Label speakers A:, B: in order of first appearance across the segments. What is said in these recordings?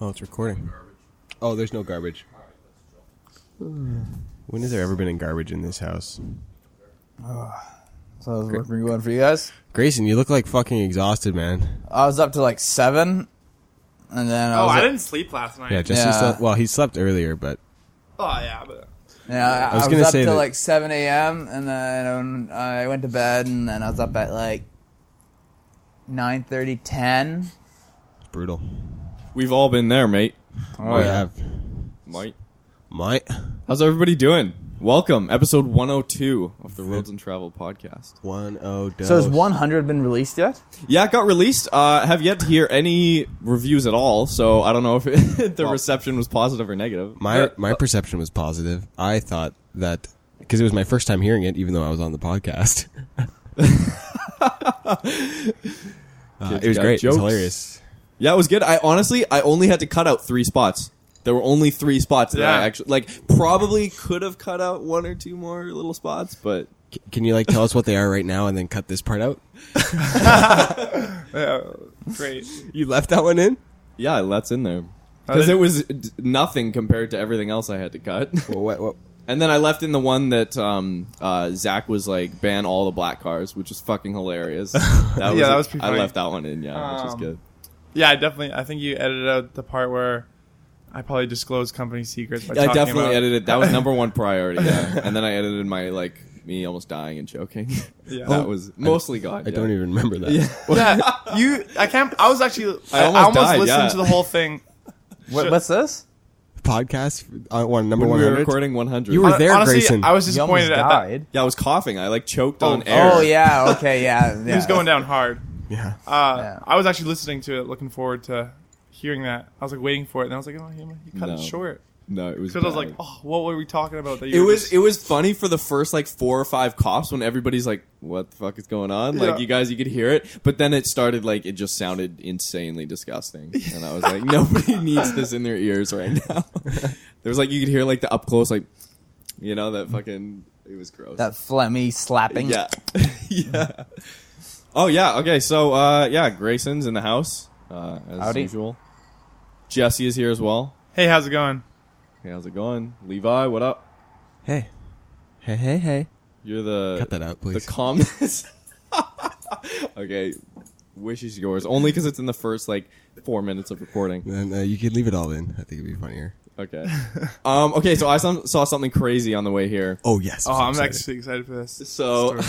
A: Oh, it's recording. Oh, there's no garbage. Hmm. When has there ever been a garbage in this house?
B: So I was looking good one for you guys.
A: Grayson, you look like fucking exhausted, man.
B: I was up to like seven, and then I
C: Oh,
B: was
C: I
B: at-
C: didn't sleep last night.
A: Yeah, Jesse
B: Yeah.
A: slept. Well, he slept earlier, but
C: oh, yeah, but
B: Yeah, I, I
A: was
B: was,
A: gonna
B: up
A: say
B: till
A: that-
B: like seven a.m. and then I went to bed, and then I was up at like 9:30, 10.
A: brutal.
D: We've all been there, mate.
B: Oh
A: We have
D: Mate.
A: might
D: How's everybody doing? Welcome, episode 102 of the Roads and Travel podcast.
A: one oh.
B: So has 100 been released yet?
D: Yeah, it got released. Uh, have yet to hear any reviews at all, so I don't know if the reception was positive or negative.
A: My my perception was positive. I thought that because it was my first time hearing it, even though I was on the podcast. Uh,
D: Kids
A: it was
D: got
A: great. It was
D: jokes.
A: hilarious.
D: Yeah, it was good. I honestly, I only had to cut out three spots. There were only three spots that I
C: Yeah.
D: actually like. Probably could have cut out one or two more little spots, but
A: C- Can you like tell us what they are right now and then cut this part out?
C: great.
A: You left that one in.
D: yeah, that's in there because it was d- nothing compared to everything else I had to cut.
A: Well, what, what,
D: and then I left in the one that um, uh, Zach was like ban all the black cars, which is fucking hilarious. That was,
C: Yeah, that was pretty
D: I
C: funny.
D: left that one in, yeah, which is
C: Um,
D: good.
C: Yeah, I definitely. I think you edited out the part where I probably disclosed company secrets. By
D: I
C: talking
D: definitely
C: about,
D: edited. That was number one priority. Yeah. and then I edited my like me almost dying and choking.
C: Yeah.
D: that was mostly gone.
A: Oh, I
D: yeah.
A: don't even remember that.
C: Yeah, you. I can't. I was actually. I,
D: I
C: I
D: almost
C: almost,
D: died,
C: listened
D: yeah.
C: to the whole thing.
B: What,
C: Sure.
B: what's this?
A: Podcast uh, one number
D: When
A: one
D: we were
A: hundred.
D: recording 100.
A: You were-
C: Hon-
A: there,
C: Honestly,
A: Grayson.
C: I was
B: You almost
C: disappointed at that.
B: died.
D: yeah, I was coughing. I like choked
C: Oh,
D: on
C: oh,
D: air.
B: Oh yeah. Okay. Yeah. yeah.
C: He was going down hard.
A: Yeah.
C: Uh,
B: Yeah.
C: I was actually listening to it, looking forward to hearing that. I was like waiting for it, and I was like, "Oh, you you cut
D: No.
C: it short."
D: No, it was.
C: Because I was like,
D: bad.
C: "Oh, what were we talking about?" That you
D: It
C: were
D: was
C: just-
D: it was funny for the first like four or five coughs when everybody's like, "What the fuck is going on?"
C: Yeah.
D: Like you guys, you could hear it, but then it started like it just sounded insanely disgusting, and I was like, "Nobody needs this in their ears right now." there was like you could hear like the up close, like you know that fucking it was gross.
B: That phlegmy slapping.
D: yeah, yeah. Oh yeah. Okay. So uh, yeah, Grayson's in the house uh, as
B: Howdy.
D: usual. Jesse is here as well.
C: "Hey, how's it going?"
D: Hey, how's it going, Levi? What up?
A: Hey. Hey, hey, hey.
D: You're the
A: Cut that out,
D: the
A: please.
D: calmness. okay, wish is yours only because it's in the first like four minutes of recording.
A: Then uh, you can leave it all in. I think it'd be funnier.
D: Okay. Um. Okay. So I some, saw something crazy on the way here.
A: Oh, yes.
C: Oh, I'm
A: excited.
C: actually excited for this.
D: So,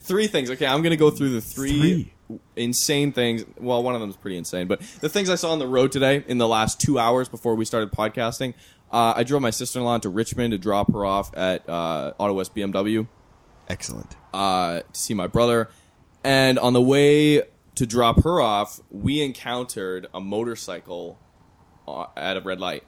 D: three things. Okay, I'm gonna go through the three,
A: Three.
D: insane things. Well, one of them's pretty insane, but the things I saw on the road today in the last two hours before we started podcasting. Uh, I drove my sister-in-law into Richmond to drop her off at uh, Auto West BMW.
A: Excellent.
D: uh, to see my brother. And on the way to drop her off, we encountered a motorcycle uh, at a red light.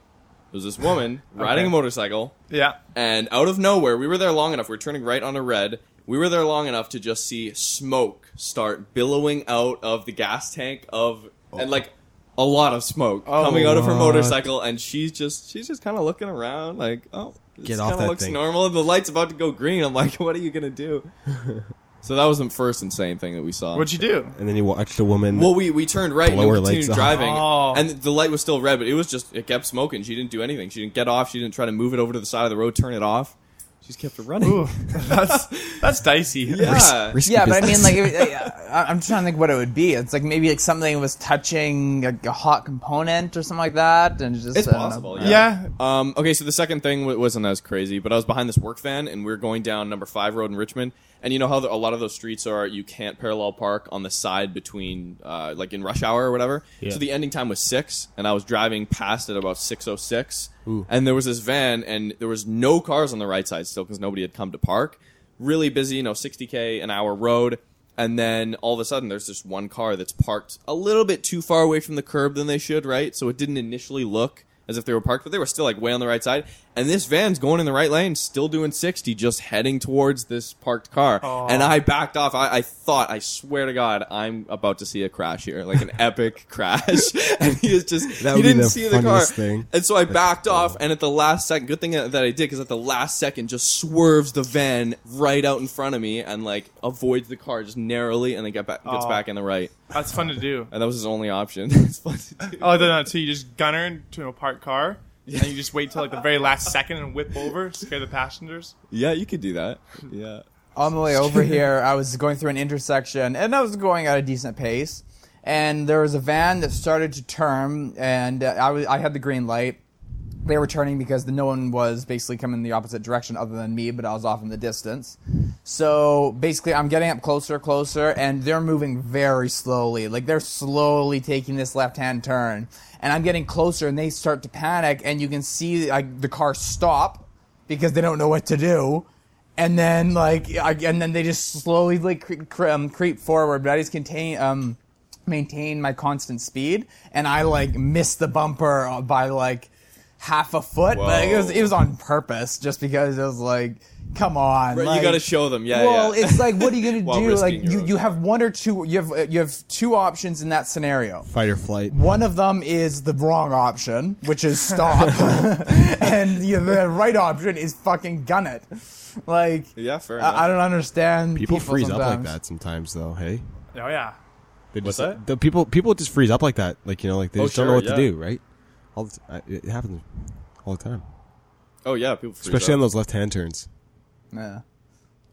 D: There was this woman riding a motorcycle,
C: yeah,
D: and out of nowhere, we were there long enough. We were turning right onto red. We were there long enough to just see smoke start billowing out of the gas tank of and like a lot of smoke
C: Oh,
D: coming out of her
A: what?
D: motorcycle, and she's just she's just kind of looking around like, oh, this
A: Get off
D: kind of
A: that
D: looks
A: thing.
D: normal. And the light's about to go green. I'm like, what are you gonna do? so that was the first insane thing that we saw.
C: what'd you do?
A: And then you watched a woman.
D: Well, we, we turned right and
A: Blow her
D: we continued
A: legs off.
D: driving,
C: Oh.
D: and the light was still red, but it was just it kept smoking. She didn't do anything. She didn't get off. She didn't try to move it over to the side of the road, turn it off. She just kept it running.
C: Ooh, that's that's dicey.
D: Yeah,
A: Risky
B: Yeah, but I mean,
A: business.
B: like, it, I, I'm just trying to think what it would be. It's like maybe like something was touching a, a hot component or something like that, and just
D: it's
B: I don't know.
D: possible. Yeah.
C: Yeah,
D: Um, okay, so the second thing w- wasn't as crazy, but I was behind this work van, and we were going down number five road in Richmond. And you know how the, a lot of those streets are you can't parallel park on the side between, uh, like in rush hour or whatever. So the ending time was six, and I was driving past at about six oh six, and there was this van, and there was no cars on the right side still because nobody had come to park. Really busy, you know, sixty k an hour road. And then all of a sudden, there's this one car that's parked a little bit too far away from the curb than they should, right? So it didn't initially look as if they were parked, but they were still like way on the right side. And this van's going in the right lane, still doing 60, just heading towards this parked car. And I backed off. I, I thought, I swear to God, I'm about to see a crash here, like an epic crash. And he is just,
A: That would
D: he
A: be
D: didn't
A: the
D: see the car.
A: funniest thing.
D: And so I backed off, and at the last second, good thing that I did, because at the last second, just swerves the van right out in front of me and like avoids the car just narrowly, and then get back, gets
C: Aw.
D: back in the right.
C: That's fun to do.
D: And that was his only option. it's fun to do.
C: Oh, no, no. So you just gunner into a parked car, and you just wait till like the very last second and whip over, scare the passengers.
D: Yeah, you could do that. Yeah.
B: on the way over here, I was going through an intersection and I was going at a decent pace. And there was a van that started to turn, and uh, I was- I had the green light. They were turning because the, no one was basically coming the opposite direction other than me, but I was off in the distance. So basically, I'm getting up closer, closer, and they're moving very slowly. Like they're slowly taking this left hand turn. And I'm getting closer, and they start to panic, and you can see like, the car stop because they don't know what to do. And then like, I, and then they just slowly like cre- cre- um, creep forward. But I just contain um, maintain my constant speed, and I like missed the bumper uh, by like half a foot. But it was
D: Whoa.
B: it was on purpose, just because it was like, come on,
D: Right, you
B: like-
D: gotta show them, yeah,
B: Well,
D: yeah.
B: it's like, what are you
D: While
B: gonna do?
D: risking
B: Like,
D: your
B: you,
D: own-
B: you have one or two. You have uh, you have two options in that scenario.
A: Fight or flight.
B: One of them is the wrong option, which is stop, and the, the right option is fucking gun it. Like,
D: Yeah, fair enough.
B: I, I don't understand
A: People, freeze up like
B: sometimes.
A: that sometimes, though. Hey,
C: Oh yeah.
A: they just
D: that?
A: the people people just freeze up like that. Like you know, like they
D: Oh,
A: just don't know what
D: sure,
A: to
D: yeah.
A: do. Right? All the t- I- it happens all the time,
D: Oh yeah, people. freeze
A: especially
D: up.
A: on those left hand turns.
B: Yeah.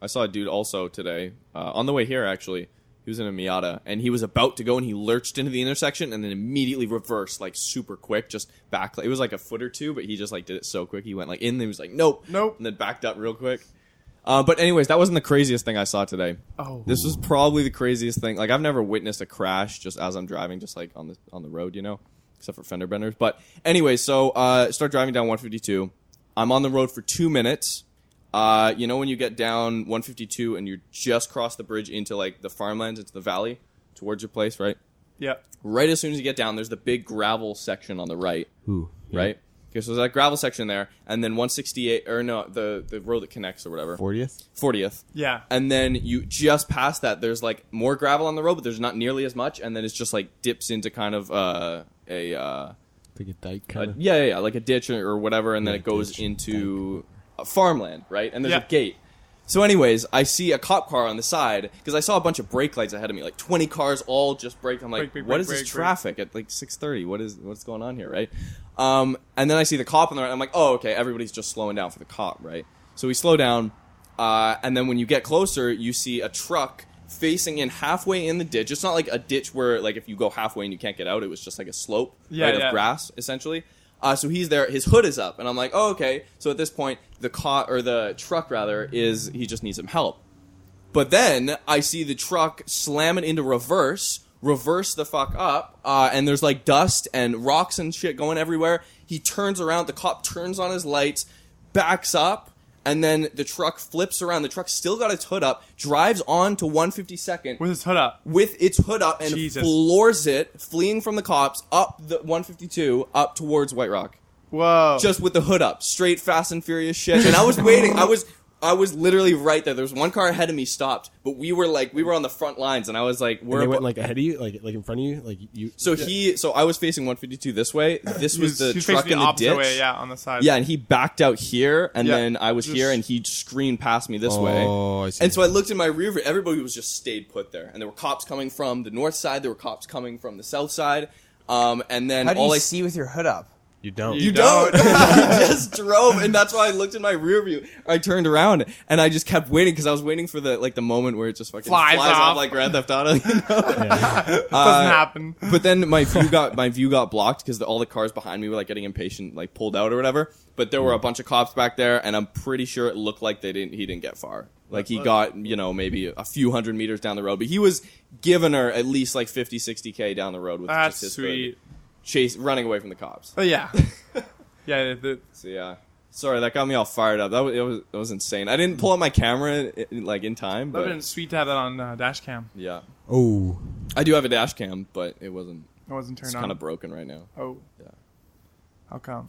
D: I saw a dude also today uh, on the way here. Actually, he was in a Miata and he was about to go and he lurched into the intersection and then immediately reversed like super quick, just back. It was like a foot or two, but he just like did it so quick. He went like in, and he was like nope,
C: Nope.
D: and then backed up real quick. Uh, but anyways, that wasn't the craziest thing I saw today.
C: Oh.
D: This was probably the craziest thing. Like I've never witnessed a crash just as I'm driving, just like on the on the road, you know, except for fender benders. But anyway, so uh, start driving down 152. I'm on the road for two minutes. Uh, you know when you get down 152 and you just cross the bridge into like the farmlands, into the valley towards your place, right?
C: Yep.
D: Right as soon as you get down, there's the big gravel section on the right
A: Ooh,
D: right? Okay, so there's that gravel section there, and then 168, or no, the the road that connects or whatever,
A: fortieth.
D: 40th.
C: Yeah.
D: And then you just past that, there's like more gravel on the road, but there's not nearly as much, and then it's just like dips into kind of uh, a uh,
A: Like a dike
D: uh,
A: kind of.
D: yeah, yeah, yeah, like a ditch or, or whatever, and then
A: Yeah,
D: it goes
A: ditch,
D: into uh farmland, right? And there's
C: Yeah.
D: a gate. So, anyways, I see a cop car on the side because I saw a bunch of brake lights ahead of me, like twenty cars all just brake. I'm like,
C: Brake, brake,
D: what
C: brake,
D: is
C: brake,
D: this
C: brake."
D: traffic at like six thirty? What is what's going on here, right? Um, and then I see the cop on the right. I'm like, oh, okay, everybody's just slowing down for the cop, right? So we slow down, uh, and then when you get closer, you see a truck facing in halfway in the ditch. It's not like a ditch where like if you go halfway and you can't get out, it was just like a slope
C: Yeah,
D: right,
C: yeah.
D: of grass essentially. Uh, so he's there. His hood is up, and I'm like, oh, okay. So at this point, the car or the truck rather is he just needs some help. But then I see the truck slam it into reverse, reverse the fuck up, uh, and there's like dust and rocks and shit going everywhere. He turns around. The cop turns on his lights, backs up. And then the truck flips around. The truck still got its hood up, drives on to 152nd
C: With his hood up.
D: with its hood up and
C: Jesus.
D: floors it, fleeing from the cops up the 152 up towards White Rock.
C: Whoa.
D: Just with the hood up, straight Fast and Furious shit. And I was waiting. I was I was literally right there. There was one car ahead of me stopped, but we were like we were on the front lines, and I was like, we're
A: Where they went
D: abo-
A: like ahead of you, like like in front of you, like you.
D: so he so I was facing 152 this way. This
C: He
D: was the
C: he was
D: truck
C: facing
D: in the
C: opposite
D: ditch.
C: way, yeah, on the side.
D: Yeah, and he backed out here, and
C: Yeah,
D: then I was
C: just-
D: here, and he screamed past me this way.
A: Oh, I see.
D: And so I looked in my rear view. Everybody was just stayed put there, and there were cops coming from the north side. There were cops coming from the south side. Um, and then
B: How do
D: all
B: you
D: I
B: see with your hood up?
A: you don't.
C: You
D: you don't. I just drove, and that's why I looked in my rear view. I turned around, and I just kept waiting because I was waiting for the like the moment where it just fucking
C: Flies
D: flies, off.
C: off.
D: like Grand Theft Auto. You know? uh,
C: Doesn't happen.
D: but then my view got my view got blocked because all the cars behind me were like getting impatient, like pulled out or whatever. But there
C: Mm.
D: were a bunch of cops back there, and I'm pretty sure it looked like they didn't. He didn't get far. Like he got you know maybe a few hundred meters down the road, but he was giving her at least like 50, 60 k down the road with
C: That's
D: just his hood.
C: sweet.
D: chase running away from the cops.
C: Oh yeah. yeah. The,
D: So yeah. Sorry, that got me all fired up. That was, it was that was insane. I didn't pull out my camera i- in, like in time,
C: that would have been
D: but
C: sweet to have that on uh, dash cam.
D: yeah,
A: oh,
D: I do have a dash cam, but it wasn't.
C: It wasn't turned
D: It's
C: on.
D: kind of broken right now.
C: oh.
D: Yeah.
C: How come?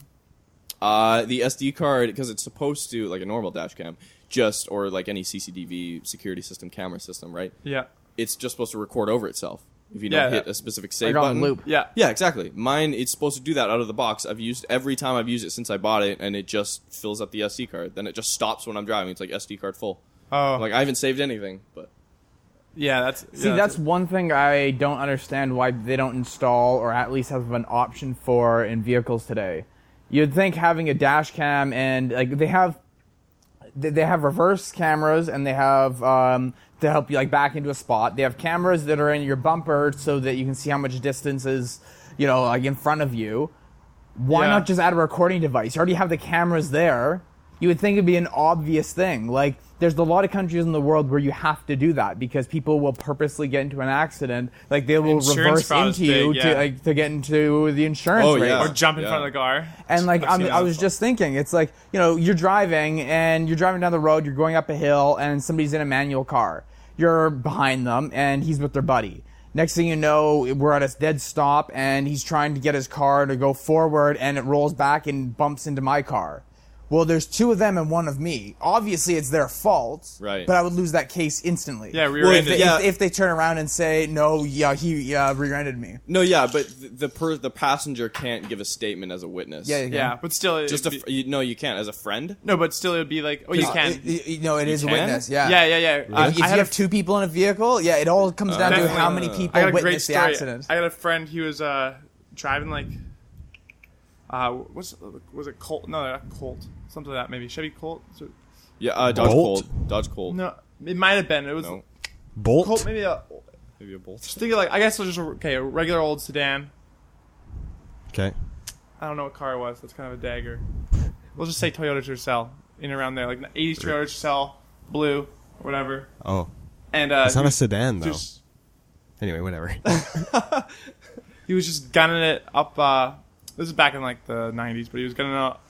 D: Uh, the SD card, because it's supposed to, like a normal dash cam, just, or like any CCTV security system, camera system, right?
C: Yeah.
D: It's just supposed to record over itself if you
C: Yeah.
D: don't hit a specific save
B: Like on
D: button.
B: loop.
C: Yeah.
D: Yeah, exactly. Mine, it's supposed to do that out of the box. I've used every time I've used it since I bought it, and it just fills up the SD card. Then it just stops when I'm driving. It's like SD card full.
C: Oh.
D: Like I haven't saved anything, but
C: yeah. That's
B: See,
C: yeah,
B: that's one thing I don't understand why they don't install or at least have an option for in vehicles today. You'd think having a dash cam and like they have they they have reverse cameras and they have um, to help you like back into a spot. They have cameras that are in your bumper so that you can see how much distance is, you know, like in front of you. Why
C: Yeah.
B: not just add a recording device? You already have the cameras there. You would think it'd be an obvious thing. Like there's a lot of countries in the world where you have to do that because people will purposely get into an accident. Like they will
C: Insurance
B: reverse
C: fraud is
B: into you
C: big,
B: to
C: yeah.
B: like to get into the insurance
D: Oh,
B: rates.
D: yeah.
C: or jump in
D: Yeah.
C: front of the car.
B: And like
C: I've
B: I'm,
C: seen
B: I
C: that
B: was
C: before.
B: just thinking, it's like you know you're driving and you're driving down the road, you're going up a hill, and somebody's in a manual car. You're behind them, and he's with their buddy. Next thing you know, we're at a dead stop, and he's trying to get his car to go forward, and it rolls back and bumps into my car. Well, there's two of them and one of me. Obviously, it's their fault.
D: Right.
B: But I would lose that case instantly.
C: Yeah,
B: If
C: rear-ended.
B: they-
D: yeah.
B: If, if they turn around and say, "No, yeah, he yeah, rear-ended me."
D: no, yeah, but th- the per- the passenger can't give a statement as a witness.
B: Yeah, yeah.
C: yeah, but still, it'd
D: just a
C: be-
D: fr- you, no, you can't as a friend.
C: no, but still, it'd be like, oh, you can.
B: Uh, It- it- you know, it is a
D: can?
B: witness.
C: yeah, yeah, yeah. Uh,
B: if you
C: I had a
B: have two people in a vehicle, yeah, it all comes down to
C: Definitely.
B: how many
C: I
B: people
C: got a great
B: witnessed the
C: story.
B: accident.
C: I got a friend. He was uh, driving like, uh, what's was it Colt? No, not Colt. Something like that maybe Chevy Colt. So,
D: Yeah, uh, Dodge
A: Bolt?
D: Colt. Dodge Colt.
C: no, it might have been. It was
D: No,
A: Bolt.
C: Colt. Maybe a,
D: maybe a Bolt.
C: think of like I guess it was just a, okay, a regular old sedan.
A: Okay.
C: I don't know what car it was. That's kind of a dagger. We'll just say Toyota Tercel in around there, like an '80s Toyota Tercel, blue, whatever.
A: Oh,
C: And uh,
A: it's not
C: he
A: a sedan though.
C: just-
A: Anyway, whatever.
C: he was just gunning it up. Uh, this is back in like the '90s, but he was gunning it up,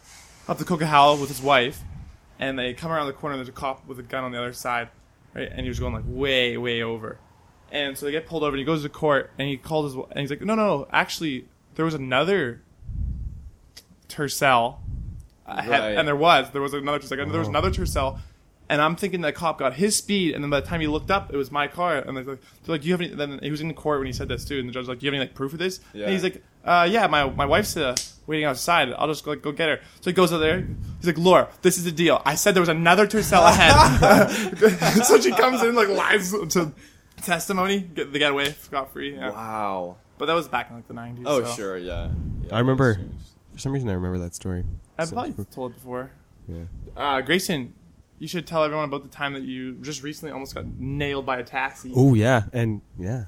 C: up the Coquihalla with his wife, and they come around the corner. There's a cop with a gun on the other side, right? And he was going like way, way over, and so they get pulled over. and He goes to court, and he called his, wi- and he's like, "No, no, actually, there was another Tercel, I had-
D: Right.
C: and there was there was another Tercel, and there was
A: Oh.
C: another Tercel." And I'm thinking that cop got his speed, and then by the time he looked up, it was my car. And they're like, they're like, "Do you have any?" Then he was in court when he said this too, and the judge was like, "Do you have any like proof of this?"
D: Yeah.
C: And he's like, uh, "Yeah, my my wife's uh, waiting outside. I'll just go, go get her." So he goes out there. He's like, "Laura, this is the deal. I said there was another Tercel ahead." so she comes in like lies to testimony. Get, they got away scot free. Yeah.
D: Wow.
C: But that was back in like the '90s.
D: Oh
C: so.
D: sure, yeah. Yeah,
A: I remember.
D: that's-
A: For some reason, I remember that story.
C: I've
A: So-
C: probably told it before.
A: yeah.
C: Uh, Grayson, you should tell everyone about the time that you just recently almost got nailed by a taxi.
A: Oh yeah, and yeah.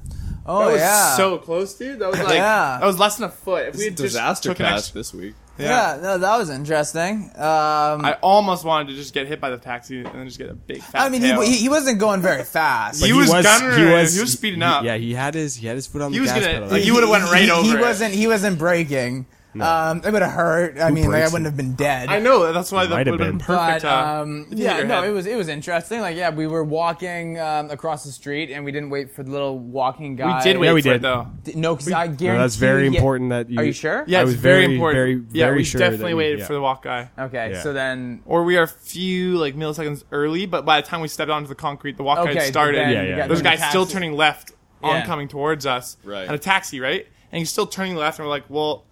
B: Oh
C: That was
B: yeah,
C: so close, dude. That was like
B: Yeah.
C: that was less than a foot. If we
D: It's a
C: had just
D: disaster
C: took an
D: pass
C: extra-
D: this week.
B: yeah. no, that was interesting. Um,
C: I
B: I,
C: almost wanted to just get hit by the taxi and then just get a big fat.
B: mean, he,
C: tail.
B: he he wasn't going very fast.
C: But He was gunning it. He was speeding up.
A: Yeah, he had his he had his foot on
C: He
A: the
C: was
A: gas
C: gonna-
A: pedal.
C: like, he would've went right
B: he, He
C: over it.
B: wasn't. He wasn't breaking. Um, it would have hurt. I mean, like I
A: breaks
B: wouldn't have been dead.
C: I know that's why
A: might
C: that
A: have
C: would have been
A: been.
C: perfect.
B: But
C: uh,
B: um,
C: if you hit
B: yeah,
C: your
B: no,
C: head.
B: it was it was interesting. Like yeah, we were walking um, across the street and we didn't wait for the little walking
C: We
B: guy.
C: did wait
A: Yeah, we
C: for it
A: did.
C: though.
B: D- No, because I guarantee.
A: No, that's very
B: you-
A: important that you.
B: Are you sure?
C: Yeah,
A: I
C: it's
A: was
C: very,
A: very,
C: important.
A: very,
C: yeah,
A: very
C: we
A: sure that
C: definitely
A: you-
C: waited
A: yeah.
C: for the walk guy.
B: Okay,
A: Yeah.
B: so then
C: Or we are a few like milliseconds early, but by the time we stepped onto the concrete, the walk guy
B: okay,
C: started.
B: then
A: Yeah,
B: you
A: yeah.
B: got
C: There's a
B: the
C: guy still
B: taxi.
C: turning left
B: Yeah.
C: on coming towards us.
D: Right.
C: And a taxi, right? And he's still turning left, and we're like, well,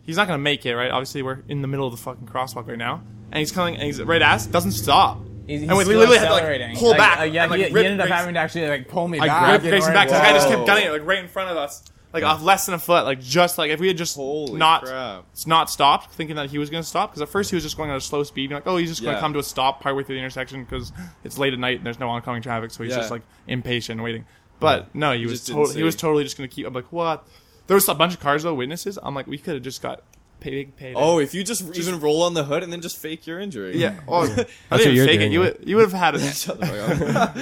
C: he's not gonna make it, right? Obviously, we're in the middle of the fucking crosswalk right now, and he's coming, and he's right at us, doesn't stop.
B: He's, he's
C: and we
B: still
C: literally had to
B: accelerating.
C: like pull
B: Like,
C: back.
B: uh, yeah,
C: and, like,
B: he, he
C: rip
B: ended up
C: Grayson-
B: having to actually like pull me
A: I
B: back.
A: grabbed
B: in
C: Grayson
B: order
C: back.
B: to-
C: So the guy just
D: Whoa.
C: kept gunning it like right in front of us, like off less than a foot, like just like if we had just
D: Holy
C: not
D: crap.
C: s- not stopped, thinking that he was going to stop because at first he was just going at a slow speed. You're like, oh, he's just going
D: Yeah.
C: to come to a stop partway through the intersection because it's late at night and there's no oncoming traffic, so he's
D: Yeah.
C: just like impatient, waiting. But no, he was
D: just didn't
C: tot- he was
D: see.
C: totally just going to keep. I'm like, what? There was a bunch of cars though, witnesses. I'm like, we could have just got paid. big payday.
D: Oh, if you just, even roll on the hood and then just fake your injury.
C: yeah. Oh, I
A: what
C: didn't
A: you're
C: even fake it.
A: doing,
C: You
A: right?
C: would, you would have had it.
D: Shut the fuck up.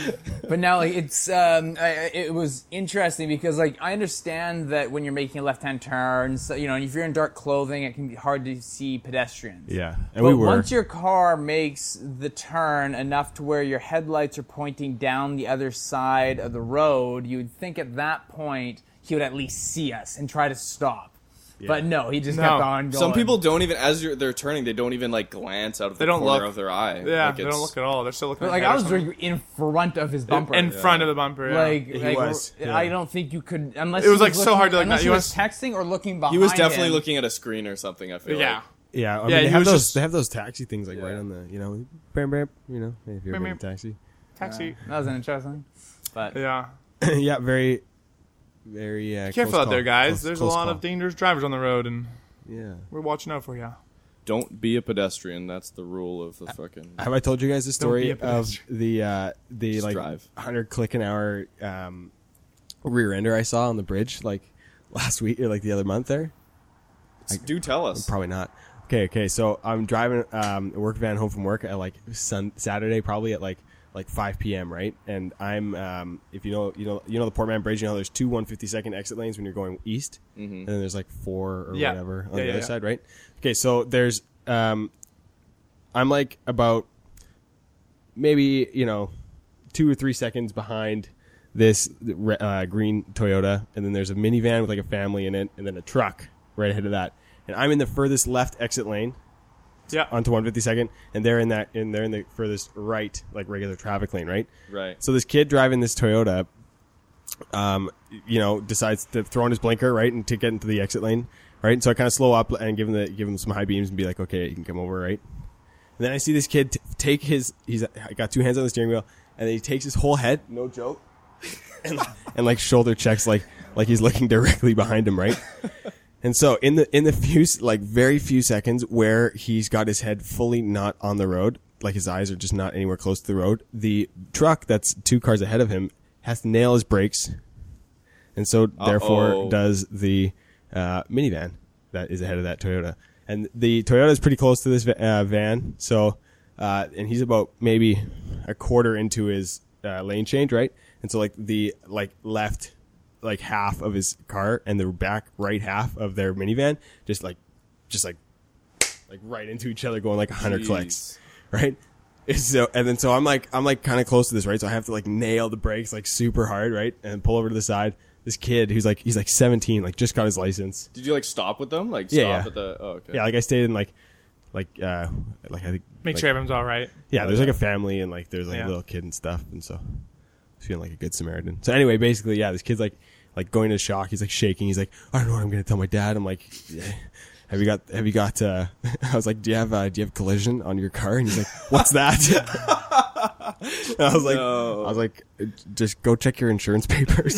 B: But now like, it's um, I, I- it was interesting because like I understand that when you're making left-hand turns, you know, and if you're in dark clothing, it can be hard to see pedestrians.
A: Yeah, and
B: But
A: we were.
B: once your car makes the turn enough to where your headlights are pointing down the other side of the road, you'd think at that point he would at least see us and try to stop. But no, he just
C: No.
B: kept on going.
D: Some people don't even as you're, they're turning, they don't even like glance out of
C: They
D: the
C: don't
D: corner
C: look.
D: of their eye.
C: Yeah,
D: like,
C: they
D: it's-
C: don't look at all. They're still looking.
B: But, like
C: ahead
B: I
C: or
B: was
C: something.
B: doing in front of his bumper.
C: in front of the bumper. yeah.
B: Like,
A: He
B: like,
A: was, yeah.
B: I don't think you could unless
C: It was,
B: he
C: like, so hard to, like,
B: unless
C: not-
B: he
C: you
B: was texting or looking behind.
D: He was definitely
B: him.
D: looking at a screen or something. I feel
C: yeah.
D: like.
A: Yeah, I mean,
C: Yeah,
A: they
C: he
A: have
C: was
A: those.
C: just-
A: They have those taxi things, like right
D: Yeah.
A: on the, you know, bam, bam, you know, if you're
C: Bam,
A: in a
C: bam.
A: taxi.
C: Taxi.
B: That was interesting.
C: Yeah.
A: yeah, very, very. Uh,
C: Careful
A: close
C: out there,
A: call.
C: guys.
A: Close-
C: There's
A: close
C: a lot
A: call.
C: of dangerous drivers on the road, and
A: Yeah.
C: we're watching out for you.
D: Don't be a pedestrian. That's the rule of the fucking.
A: Have I told you guys the
C: be
A: story
C: a
A: of
C: pedestrian.
A: the uh, the like
D: drive.
A: 100 click an hour um, rear ender I saw on the bridge like last week or like the other month there?
D: Do tell us.
A: Probably not. Okay, okay. So I'm driving um, a work van home from work at like sun Saturday, probably at like like 5 p.m. Right, and I'm um, if you know you know you know the Portman Bridge, you know how there's two 152nd exit lanes when you're going east, and then there's like four or
C: Yeah.
A: whatever on
C: Yeah,
A: the
C: yeah,
A: other
C: yeah.
A: side, right? Okay, so there's um, I'm like about maybe you know two or three seconds behind this re- uh, green Toyota, and then there's a minivan with like a family in it, and then a truck right ahead of that, and I'm in the furthest left exit lane
C: Yeah.
A: onto 152nd, and they're in that and they're in the furthest right like regular traffic lane, right?
D: Right.
A: So this kid driving this Toyota, um, you know, decides to throw on his blinker right and to get into the exit lane, right? And so I kind of slow up and give him the give him some high beams and be like, okay, you can come over, right? And then I see this kid t- take his he's got two hands on the steering wheel, and then he takes his whole head, no joke, and, and like shoulder checks like like he's looking directly behind him, right? And so in the in the few s- like very few seconds where he's got his head fully not on the road, like his eyes are just not anywhere close to the road, the truck that's two cars ahead of him has to nail his brakes, and so therefore
D: Uh-oh.
A: does the uh, minivan that is ahead of that Toyota. And the Toyota is pretty close to this va- uh, van, so uh, and he's about maybe a quarter into his uh, lane change, right? And so like the like left like half of his car and the back right half of their minivan just like just like like right into each other going like 100
D: Jeez.
A: clicks right And so and then so i'm like i'm like kind of close to this right so i have to like nail the brakes like super hard right and pull over to the side this kid who's like he's like 17 like just got his license
D: Did you like stop with them? Like
A: Yeah,
D: stop
A: yeah.
D: at the. Oh, okay.
A: yeah like i stayed in like like uh like i think
C: Make
A: like,
C: sure everyone's all right.
A: yeah, there's like a family and like there's like
C: Yeah.
A: a little kid and stuff, and so he's feeling like a good Samaritan. So anyway, basically, yeah, this kid's like like going into shock. He's like shaking. He's like, I don't know what I'm gonna tell my dad. I'm like, "Yeah. have you got have you got? Uh, I was like, do you have uh, do you have collision on your car? And he's like, what's that? And I was like, I was like, just go check your insurance papers.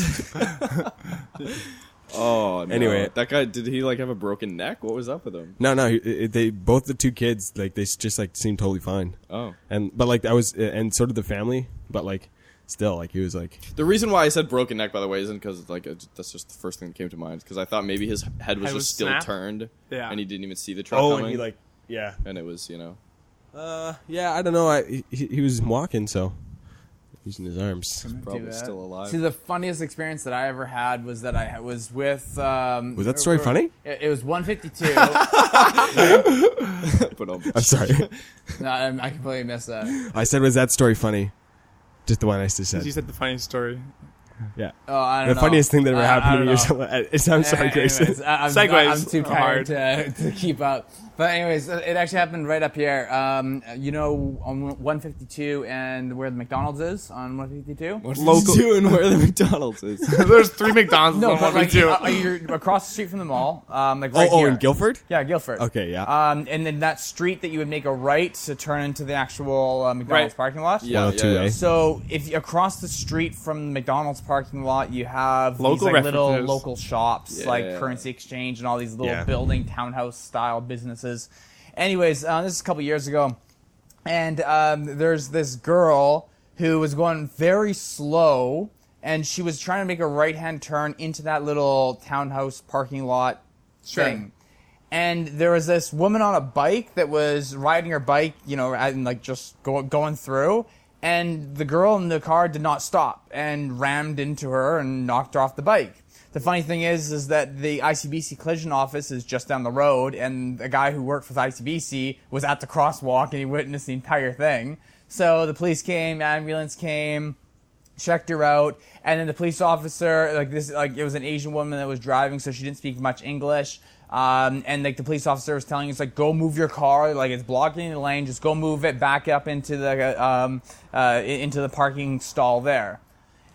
D: Oh. no.
A: Anyway.
D: that guy did he like have a broken neck? What was up with him?
A: no, no, it- it- they both the two kids like they s- just like seemed totally fine.
D: Oh.
A: and but like I was and so did the family, but like still like he was like
D: The reason why I said broken neck, by the way, isn't because like it- that's just the first thing that came to mind. Because I thought maybe his head was
C: Head
D: just
C: was
D: still
C: snapped?
D: turned,
C: Yeah.
D: and he didn't even see the truck
A: oh,
D: coming,
A: and he like yeah.
D: and it was you know.
A: Uh, yeah, I don't know. I he, he he was walking, so using his arms.
D: probably
B: Do that.
D: still alive.
B: See, the funniest experience that I ever had was that I ha- was with. Um,
A: Was that story
B: or-
A: funny?
B: It, it was 152.
D: But um,
A: I'm sorry.
B: no, I, I completely missed that.
A: I said, was that story funny? Just the one I just said.
C: You said the funny story.
A: Yeah.
B: Oh, I
A: the
B: don't know.
A: funniest thing that ever
B: I- I
A: happened to
B: don't
A: me. Or
B: know.
A: something. It's, I'm sorry, Oh, Grayson.
B: Anyways, uh, I- I'm,
C: Segues
B: I'm too
C: are
B: tired
C: hard.
B: to, to keep up. But anyways, it actually happened right up here. Um, you know, on 152 and where the McDonald's is on 152.
D: local doing where the McDonald's is.
C: there's three McDonald's
B: No,
C: on
B: but
C: what we
B: like
C: do.
B: uh, you're across the street from the mall, um, like
A: oh,
B: right
A: oh,
B: here.
A: in Guilford.
B: Yeah, Guilford.
A: Okay, yeah.
B: Um, and then that street that you would make a right to turn into the actual uh, McDonald's
C: Right.
B: parking lot.
D: Yeah,
A: 102,
D: yeah, yeah.
A: eh?
B: So if you, across the street from the McDonald's parking lot, you have
C: Local
B: these like, little
C: references.
B: local shops
D: Yeah.
B: like Currency Exchange and all these little
A: Yeah.
B: building townhouse style businesses. Anyways, uh, this is a couple years ago, and um, there's this girl who was going very slow, and she was trying to make a right hand turn into that little townhouse parking lot
C: Sure.
B: thing and there was this woman on a bike that was riding her bike, you know, and like just go, going through. And the girl in the car did not stop and rammed into her and knocked her off the bike. The funny thing is, is that the ICBC collision office is just down the road, and a guy who worked with ICBC was at the crosswalk and he witnessed the entire thing. So the police came, ambulance came, checked her out and then the police officer like this like it was an asian woman that was driving so she didn't speak much english Um, and like the police officer was telling us, like, go move your car, like it's blocking the lane, just go move it back up into the uh, um, uh, i- into the parking stall there.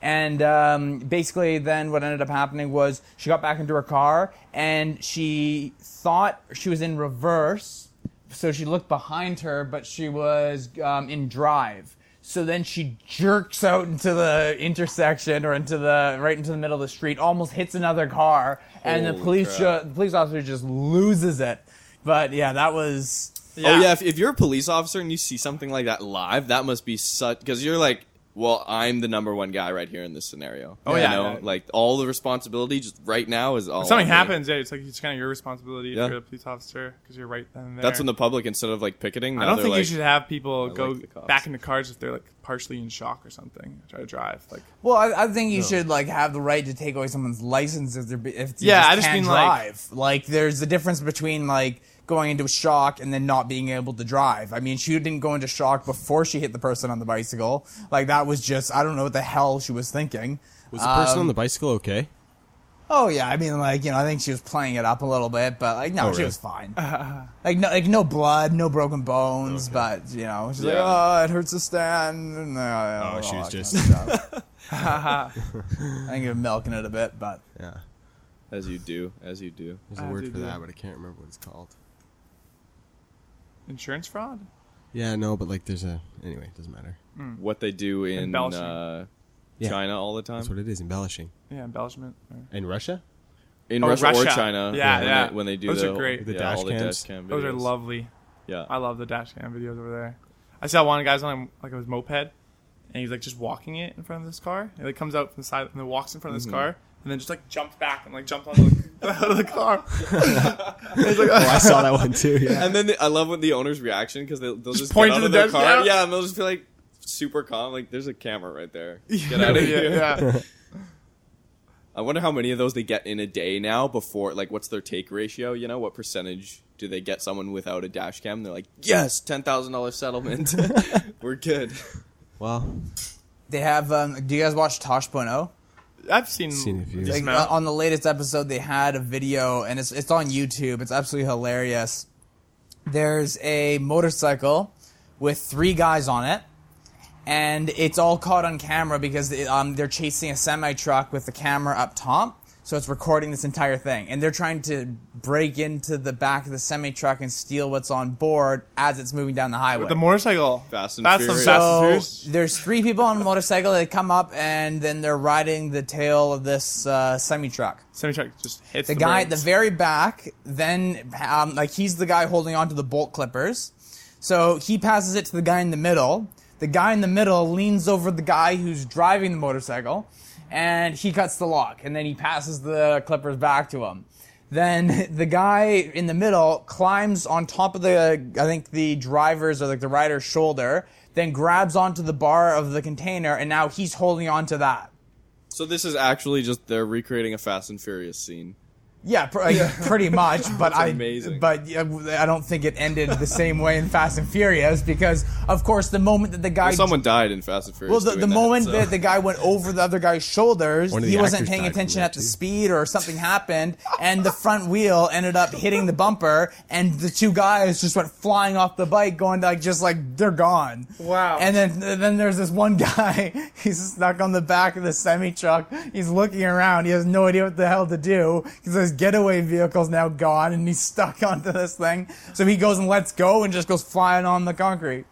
B: And um, basically, then what ended up happening was she got back into her car and she thought she was in reverse. So she looked behind her, but she was um, in drive. So then she jerks out into the intersection or into the right into the middle of the street, almost hits another car, and the
D: Holy
B: police
D: crap.
B: ju- the police officer just loses it. But yeah, that was
D: Oh yeah, if, if you're a police officer and you see something like that live, that must be such because you're like, well, I'm the number one guy right here in this scenario.
C: Oh,
D: You
C: yeah.
D: know? like all the responsibility just right now is all.
C: If something
D: on me.
C: happens, yeah, it's like it's kind of your responsibility
D: Yeah.
C: if you're the police officer because you're right then and there.
D: That's when the public instead of like picketing.
C: I
D: now
C: don't
D: they're
C: think you
D: like-
C: should have people
D: I
C: go
D: like the cops.
C: back into cars if they're like partially in shock or something. Try to drive. Like
B: well. I, I think you should like have the right to take away someone's license if they're be- if you
C: Yeah,
B: just
C: I just
B: can't
C: mean, like-
B: drive. Like, there's a difference between like going into shock and then not being able to drive. I mean, she didn't go into shock before she hit the person on the bicycle. Like that was just I don't know what the hell she was thinking.
A: Was the person
B: Um,
A: on the bicycle okay?
B: Oh yeah, I mean, like you know, I think she was playing it up a little bit, but like no, she
A: really?
B: was fine. like no, like no blood, no broken bones, but you know, she's
D: Yeah.
B: like, oh, it hurts to stand. And, uh,
A: Oh,
B: all
A: she was
B: that kind of
A: just-
B: stuff. I think you're milking it a bit, but
A: Yeah.
D: as you do, as you do.
A: There's
B: Uh,
A: a
C: I
A: word
C: did
A: for
C: that.
A: that, but I can't remember what it's called.
C: insurance fraud.
A: Yeah, no, but like there's a anyway, it doesn't matter.
C: Hmm.
D: What they do in
C: Embellishing.
D: uh,
A: Yeah.
D: China all the time
A: That's what it is, embellishing.
C: Yeah, embellishment. or-
A: In Russia?
D: in
C: Oh,
D: Russia, or
C: Russia.
D: China.
C: Yeah,
D: when
C: yeah.
D: They, when they do
C: Those
D: the,
C: are great.
A: The
D: yeah,
A: dash
D: all the
A: cams.
D: dash cam.
C: Those are
D: videos.
C: lovely.
D: Yeah,
C: I love the dash cam videos over there. I saw one guy's on like his moped, and he's like just walking it in front of this car. And like comes out from the side and then walks in front of
D: Mm-hmm.
C: this car, and then just like jumps back and like jumps on the, out of the car.
A: Oh, I saw that one too. Yeah.
D: And then the, I love when the owner's reaction because they'll, they'll just,
C: point to
D: get out
C: the
D: of their
C: desk,
D: car.
C: yeah.
D: Yeah, and they'll just be like super calm. Like, there's a camera right there. Get out of here.
C: Yeah, yeah.
D: I wonder how many of those they get in a day now. Before, like, what's their take ratio? You know, what percentage do they get someone without a dash cam? They're like, yes, ten thousand dollars settlement. We're good.
A: Well,
B: they have. Um, do you guys watch Tosh.0?
C: I've seen,
A: Seen a few.
C: decent
A: Like,
B: Like,
C: amount.
B: uh, on the latest episode, they had a video, and it's it's on YouTube. It's absolutely hilarious. There's a motorcycle with three guys on it, and it's all caught on camera because it, um, they're chasing a semi truck with the camera up top. So it's recording this entire thing, and they're trying to break into the back of the semi truck and steal what's on board as it's moving down the highway.
C: the motorcycle.
D: Fast and
C: That's
D: Furious.
C: Some Fast and
B: So
C: Furious.
B: there's three people on a motorcycle. They come up and then they're riding the tail of this uh, semi truck.
C: Semi truck just hits
B: The
C: the,
B: guy at the
C: brakes.
B: very back, then um, like he's the guy holding onto the bolt clippers. So he passes it to the guy in the middle. The guy in the middle leans over the guy who's driving the motorcycle, and he cuts the lock. And then he passes the clippers back to him. Then the guy in the middle climbs on top of the, I think the driver's or like the rider's shoulder, then grabs onto the bar of the container, and now he's holding onto that.
D: So this is actually just they're recreating a Fast and Furious scene.
B: Yeah, pr- like, pretty much. But I,
D: amazing.
B: but yeah, w- I don't think it ended the same way in Fast and Furious because, of course, the moment that the guy,
D: Well, someone died in Fast and Furious.
B: well, the,
D: doing
B: the
D: that,
B: moment
D: so-
B: that the guy went over the other guy's shoulders,
A: One of
B: he
A: the
B: wasn't
A: actors
B: paying
A: died from
B: attention
A: that,
B: at the
A: too.
B: speed, or something happened, and the front wheel ended up hitting the bumper, and the two guys just went flying off the bike, going like just like they're gone.
C: Wow.
B: And then then there's this one guy. He's stuck on the back of the semi truck. He's looking around. He has no idea what the hell to do because his getaway vehicle's now gone, and he's stuck onto this thing. So he goes and lets go, and just goes flying on the concrete.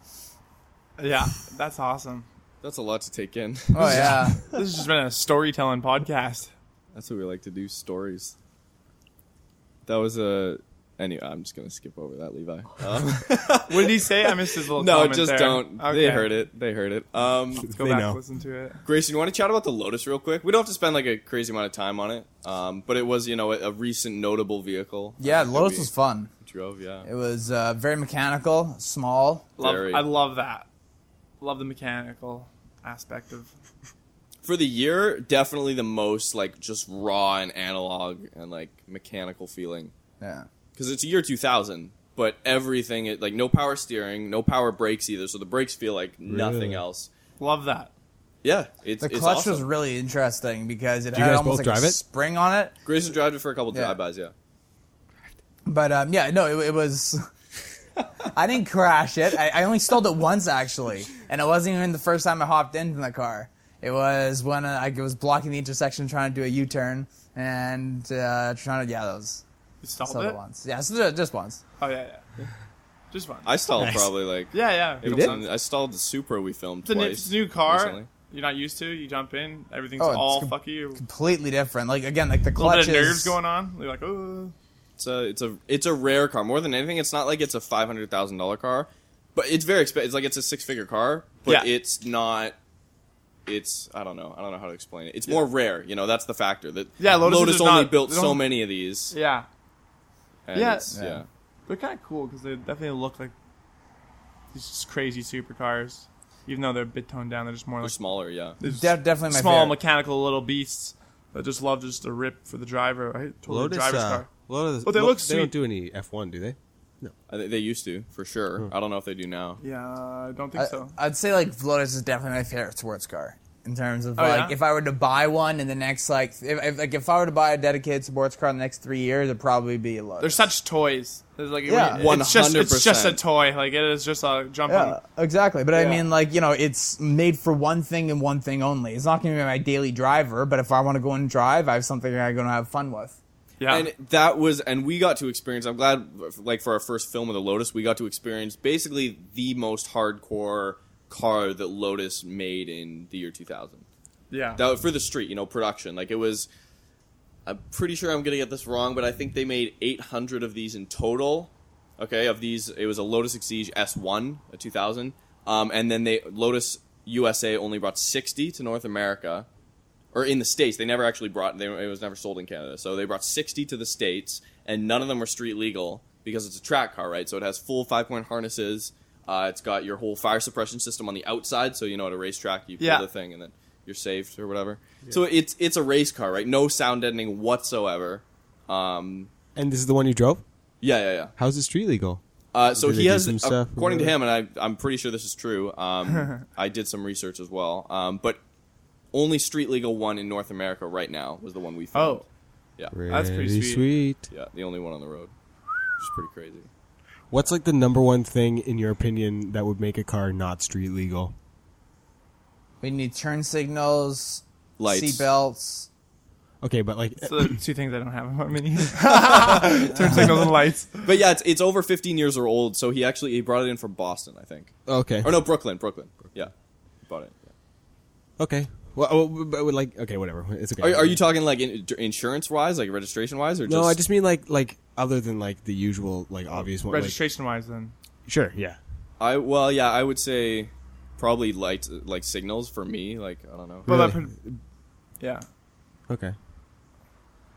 C: yeah, that's awesome.
D: that's a lot to take in.
B: Oh yeah.
C: This has just been a storytelling podcast.
D: That's what we like to do, stories. That was a. Anyway, I'm just gonna skip over that, Levi. Um,
C: What did he say? I missed his little.
D: no,
C: comment
D: just
C: there.
D: don't.
C: Okay.
D: They heard it. They heard it. Um,
C: Let's go
A: They
C: back
A: know.
C: and listen to it.
D: Grayson, you want to chat about the Lotus real quick? We don't have to spend like a crazy amount of time on it, um, but it was you know a, a recent notable vehicle.
B: Yeah,
D: that
B: Lotus
D: we
B: was fun.
D: Drove, yeah.
B: It was uh, very mechanical, small.
D: Love-
C: Love,
D: Very.
C: I love that. Love the mechanical aspect of.
D: For the year, definitely the most like just raw and analog and like mechanical feeling.
B: Yeah.
D: because it's year 2000 but everything it, like no power steering no power brakes either so the brakes feel like nothing
A: Really?
D: else
C: Love that.
D: yeah it's
B: The
D: it's
B: clutch
D: awesome.
B: was really interesting because it
A: you
B: had
A: guys
B: almost
A: both
B: like a
A: drive it?
B: spring on it.
D: grayson drive it for a couple
B: Yeah.
D: drive-bys yeah
B: But um, yeah, no, it, it was. I didn't crash it. I, I only stalled it once actually, and it wasn't even the first time I hopped into the car. It was when uh, I was blocking the intersection, trying to do a U-turn, and uh, trying to yeah, that was
C: You stalled
B: stalled
C: it?
B: it once. Yeah, so ju- just once.
C: Oh yeah, yeah. Just one.
D: I stalled
E: Nice.
D: probably like
C: yeah, yeah.
D: I
C: You
D: jumped on- I stalled the Supra we filmed
C: It's a, new,
D: twice.
C: it's a new car.
D: recently.
C: You're not used to. You jump in. Everything's
B: Oh, it's
C: all
B: com-
C: fucky. A
B: Completely different. Like again, like the
C: little
B: clutches.
C: bit of nerves going on. You're like, oh.
D: It's a it's a it's a rare car. More than anything, it's not like it's a five hundred thousand dollar car, but it's very expensive. It's like it's a six figure car, but
C: Yeah.
D: it's not. It's I don't know. I don't know how to explain it. It's more rare. You know that's the factor. That
C: Yeah, Lotus
D: Lotus
C: is
D: only
C: not-
D: built
C: they
D: so
C: don't-
D: many of these.
C: Yeah,
D: and
C: Yeah.
D: it's-
B: Yeah.
D: yeah.
C: they're kind of cool because they definitely look like these just crazy supercars. Even though they're a bit toned down, they're just more
D: They're
C: like
D: smaller. Yeah,
C: they're just
B: De- definitely my
C: small
B: favorite.
C: mechanical little beasts that just love just a rip for the driver. Right? Totally
A: Lotus,
C: driver's
A: uh,
C: car.
A: Lotus,
C: But they
A: Lo-
C: look
A: They
C: sweet.
A: don't do any F1, do they?
D: I think they used to for sure. I don't know if they do now.
C: Yeah, I don't think
B: I,
C: so.
B: I'd say like Lotus is definitely my favorite sports car in terms of
C: Oh,
B: like
C: yeah?
B: if I were to buy one in the next like if, if like if I were to buy a dedicated sports car in the next three years, it'd probably be a Lotus.
C: They're such toys. There's like
B: Yeah.
C: when you- it's just it's just a
D: 100%.
C: toy. Like it is just a jump
B: yeah,
C: on.
B: exactly. But I
C: Yeah.
B: mean, like you know, it's made for one thing and one thing only. It's not going to be my daily driver, but if I want to go and drive, I have something I'm going to have fun with.
C: Yeah,
D: And that was, and we got to experience. I'm glad, like for our first film of the Lotus, we got to experience basically the most hardcore car that Lotus made in the year 2000.
C: yeah.
D: that for the street, you know, production. Like it was. I'm pretty sure I'm gonna get this wrong, but I think they made 800 of these in total. Okay, of these, it was a Lotus Exige S1, a 2000, um, and then they Lotus USA only brought 60 to North America, or in the states. They never actually brought. They, it was never sold in Canada, so they brought 60 to the states, and none of them were street legal because it's a track car, right? So it has full five point harnesses. Uh, it's got your whole fire suppression system on the outside, so you know at a racetrack you pull
C: Yeah.
D: the thing and then you're saved or whatever. So it's it's a race car, right? No sound deadening whatsoever. Um,
A: And this is the one you drove?
D: yeah, yeah, yeah.
A: How's it street legal?
D: Uh, so
A: Did they
D: he
A: do
D: has,
A: some stuff or
D: according to
A: whatever?
D: him, and I, I'm pretty sure this is true. Um, I did some research as well, um, but only street legal one in North America right now was the one we found.
C: oh,
D: yeah,
C: That's pretty sweet.
A: sweet.
D: yeah, the only one on the road, which is pretty crazy.
A: What's like the number one thing in your opinion that would make a car not street legal?
B: We need turn signals,
D: Lights.
B: seatbelts.
A: Okay, but like
C: so the two things I don't have in my mini. Turn signals and lights.
D: But yeah, it's, it's over 15 years or old. So he actually he brought it in from Boston, I think,
A: okay,
D: or no, Brooklyn, Brooklyn. Yeah, he bought it. yeah.
A: okay. Well, oh, but but, like okay, whatever. It's okay.
D: Are, are you talking like in, insurance wise, like registration wise, or
A: no,
D: just,
A: I just mean like like other than like the usual like obvious one. like-
C: Registration wise, then
A: sure, yeah.
D: I well, yeah, I would say probably light like signals for me. Like I don't know.
C: But that
A: Really?
C: pr- yeah,
A: Okay.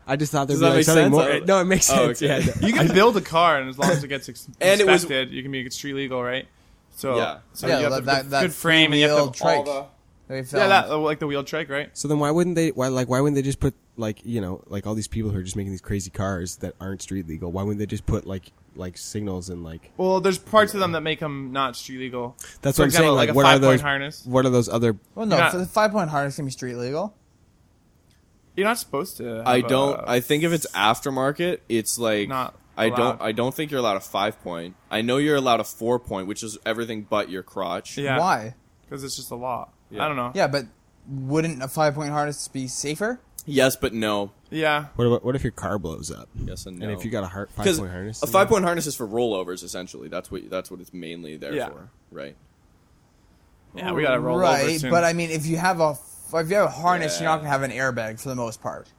A: I just thought there
D: Does
A: was
D: that
A: like
D: make
A: something
D: sense?
A: more.
D: I-
A: No, it makes
D: Oh,
A: sense.
D: okay.
A: Yeah.
C: you can build a car, and as long as it gets ex-
D: And it was-
C: inspected, you can make it street legal, right? So
D: Yeah.
C: so
B: Yeah,
C: you
B: that-
C: have the
B: that- that
C: good frame, and you have
B: three-wheel
C: to have all
B: trike. that we
C: the, yeah,
B: filmed.
C: that oh, like the wheel trike, right?
A: So then why wouldn't they why like why wouldn't they just put like you know like all these people who are just making these crazy cars that aren't street legal why wouldn't they just put like like signals and like
C: Well, there's parts of them that make them not street legal.
A: that's
C: For
A: what
C: example,
A: I'm saying like,
C: like a
A: what are
C: five-point
A: those
C: harness.
A: what are those other
B: well, no,
C: Yeah.
B: for the five point harness can be street legal.
C: You're not supposed to. Have
D: I don't.
C: A,
D: I think if it's aftermarket, it's like
C: Not
D: I
C: allowed.
D: don't. I don't think you're allowed a five point. I know you're allowed a four point, which is everything but your crotch.
C: yeah.
B: Why?
C: Because it's just a law.
D: Yeah.
C: I don't know.
B: Yeah, but wouldn't a five point harness be safer?
D: Yes, but no.
C: Yeah.
A: what about, what if your car blows up
D: Yes and no.
A: and if you got a heart five
D: because
A: point harness
D: a five point harness is for rollovers essentially. That's what that's what it's mainly there
C: Yeah.
D: for, right?
C: Yeah, Uh, we gotta roll
B: right,
C: over soon.
B: but I mean, if you have a f- if you have a harness, you're not
D: Yeah.
B: gonna have an airbag for the most part.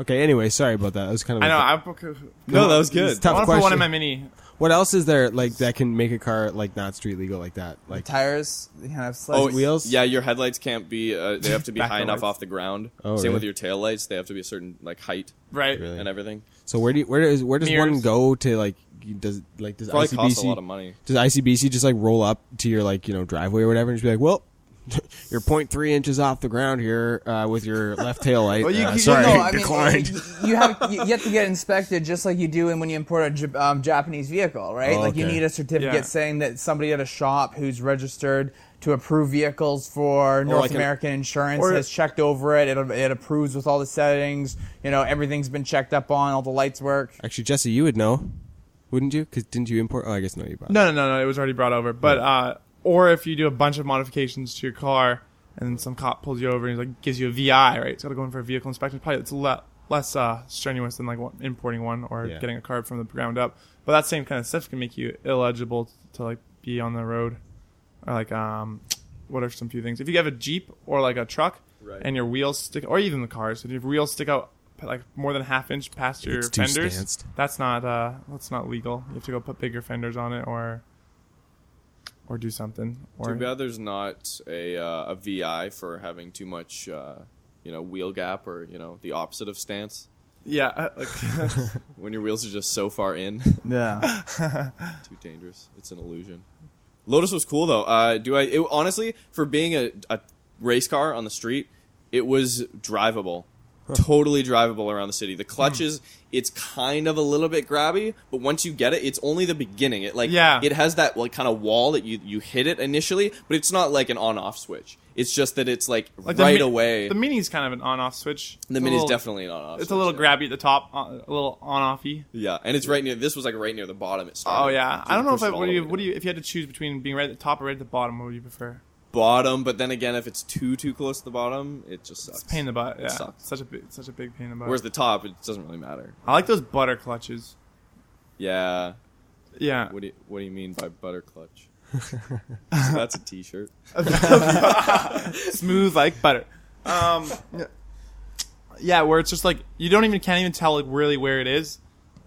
A: okay anyway sorry about that that was kind of
C: I know.
A: like-
C: I,
D: No, that was
A: good.
D: good.
A: tough
C: I want to put one
A: question.
C: in my mini.
A: what else is there like that can make a car like not street legal like that like
B: Tires, you can have sleds.
D: Oh,
A: wheels?
D: Yeah, your headlights can't be. Uh, they have to be high enough
C: Backlights.
D: off the ground.
A: Oh,
D: Same with
A: really?
D: your tail lights. They have to be a certain like height
C: Right.
A: Really?
D: and everything.
A: so where do you, where does where does one
C: Mirrors.
A: go to like you- does like does
D: Probably
A: ICBC
D: costs a lot of money.
A: does ICBC just like roll up to your like you know driveway or whatever and just be like, well, you're 0.3 inches off the ground here uh, with your left tail light.
C: Well, Oh, you-
A: Uh,
C: you-
A: sorry,
B: no, I mean,
A: declined.
B: y- y- you have you, you have to get inspected just like you do in when you import a Jap- um, Japanese vehicle, right?
A: Oh,
B: Like you
A: okay.
B: need a certificate
C: Yeah.
B: saying that somebody at a shop who's registered to approve vehicles for North
D: like an-
B: American insurance
C: or-
B: has checked over it. it. It approves with all the settings. You know, everything's been checked up on. All the lights work.
A: Actually, Jesse, you would know, wouldn't you? Because didn't you import? Oh, I guess no, you bought.
C: No, no, no, no. It was already brought over. But uh, or if you do a bunch of modifications to your car, and then some cop pulls you over and he's like gives you a VI, right? It's got to go in for a vehicle inspection. Probably it's le- less uh, strenuous than like one, importing one or
A: Yeah.
C: getting a car from the ground up. But that same kind of stuff can make you illegible to like be on the road, or like um, what are some few things? If you have a jeep or like a truck,
D: Right.
C: and your wheels stick, or even the cars, if your wheels stick out like more than a half inch past your
A: It's too
C: fenders,
A: stanced.
C: that's not uh, that's not legal. You have to go put bigger fenders on it, or or do something. Or
D: Too bad there's not a uh, a VI for having too much, uh, you know, wheel gap or you know the opposite of stance
C: yeah, uh, like
D: when your wheels are just so far in.
B: Yeah.
D: too dangerous. It's an illusion. Lotus was cool though. Uh, do I it, honestly for being a, a race car on the street, it was drivable, totally drivable around the city.
C: Hmm.
D: The clutches, it's kind of a little bit grabby, but once you get it, it's only the beginning. It like
C: Yeah.
D: it has that like kind of wall that you you hit it initially, but it's not like an on off switch. It's just that it's like,
C: like the
D: right
C: Mi-
D: away.
C: The mini's kind of an on off switch.
D: The
C: It's a
D: mini's
C: little-
D: definitely an on off.
C: It's a little grabby at the top, uh, a little on offy.
D: Yeah, and it's right near. This was like right near the bottom. It started.
C: Oh yeah,
D: So
C: I don't
D: you
C: know
D: push
C: if I,
D: it all
C: what do
D: the
C: you
D: way
C: what do
D: down.
C: you if you had to choose between being right at the top or right at the bottom, what would you prefer?
D: bottom, but then again, if it's too too close to the bottom, it just sucks.
C: It's a pain in the butt. Yeah,
D: sucks.
C: such a big, such a big pain in the butt.
D: Whereas the top, it doesn't really matter.
C: I like those butter clutches.
D: Yeah.
C: Yeah,
D: What do you, What do you mean by butter clutch? So that's a T-shirt.
C: smooth like butter. Um, yeah, where it's just like you don't even can't even tell like really where it is.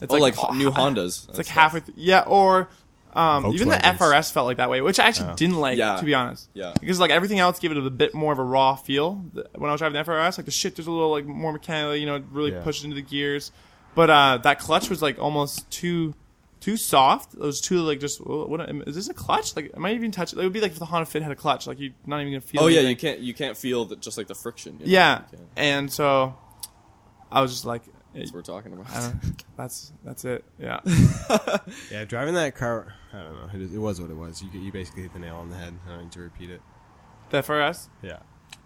C: It's
D: oh, like,
C: ho-
D: new Hondas.
C: It's like halfway. Th- yeah, or um, even the
A: Volkswagens.
C: FRS felt like that way, which I actually didn't like
D: Yeah.
C: to be honest.
D: Yeah.
C: because like everything else gave it a bit more of a raw feel Th- when I was driving the FRS. Like the shit, there's a little like more mechanical, you know, it really
A: Yeah.
C: pushed into the gears. But uh, that clutch was like almost too. Too soft. It was too like just. oh, What am- is this a clutch? Like, am I even touching? It would be like if the Honda Fit had a clutch. Like, you're not even gonna feel.
D: Oh yeah,
C: anything.
D: you can't you can't feel the, just like the friction. you know?
C: Yeah,
D: You can't.
C: and so I was just like,
D: that's what we're talking about.
C: I don't, that's that's it. Yeah,
A: Yeah, driving that car. I don't know. It, is- it was what it was. You you basically hit the nail on the head. I don't need to repeat it.
C: the FRS.
A: Yeah.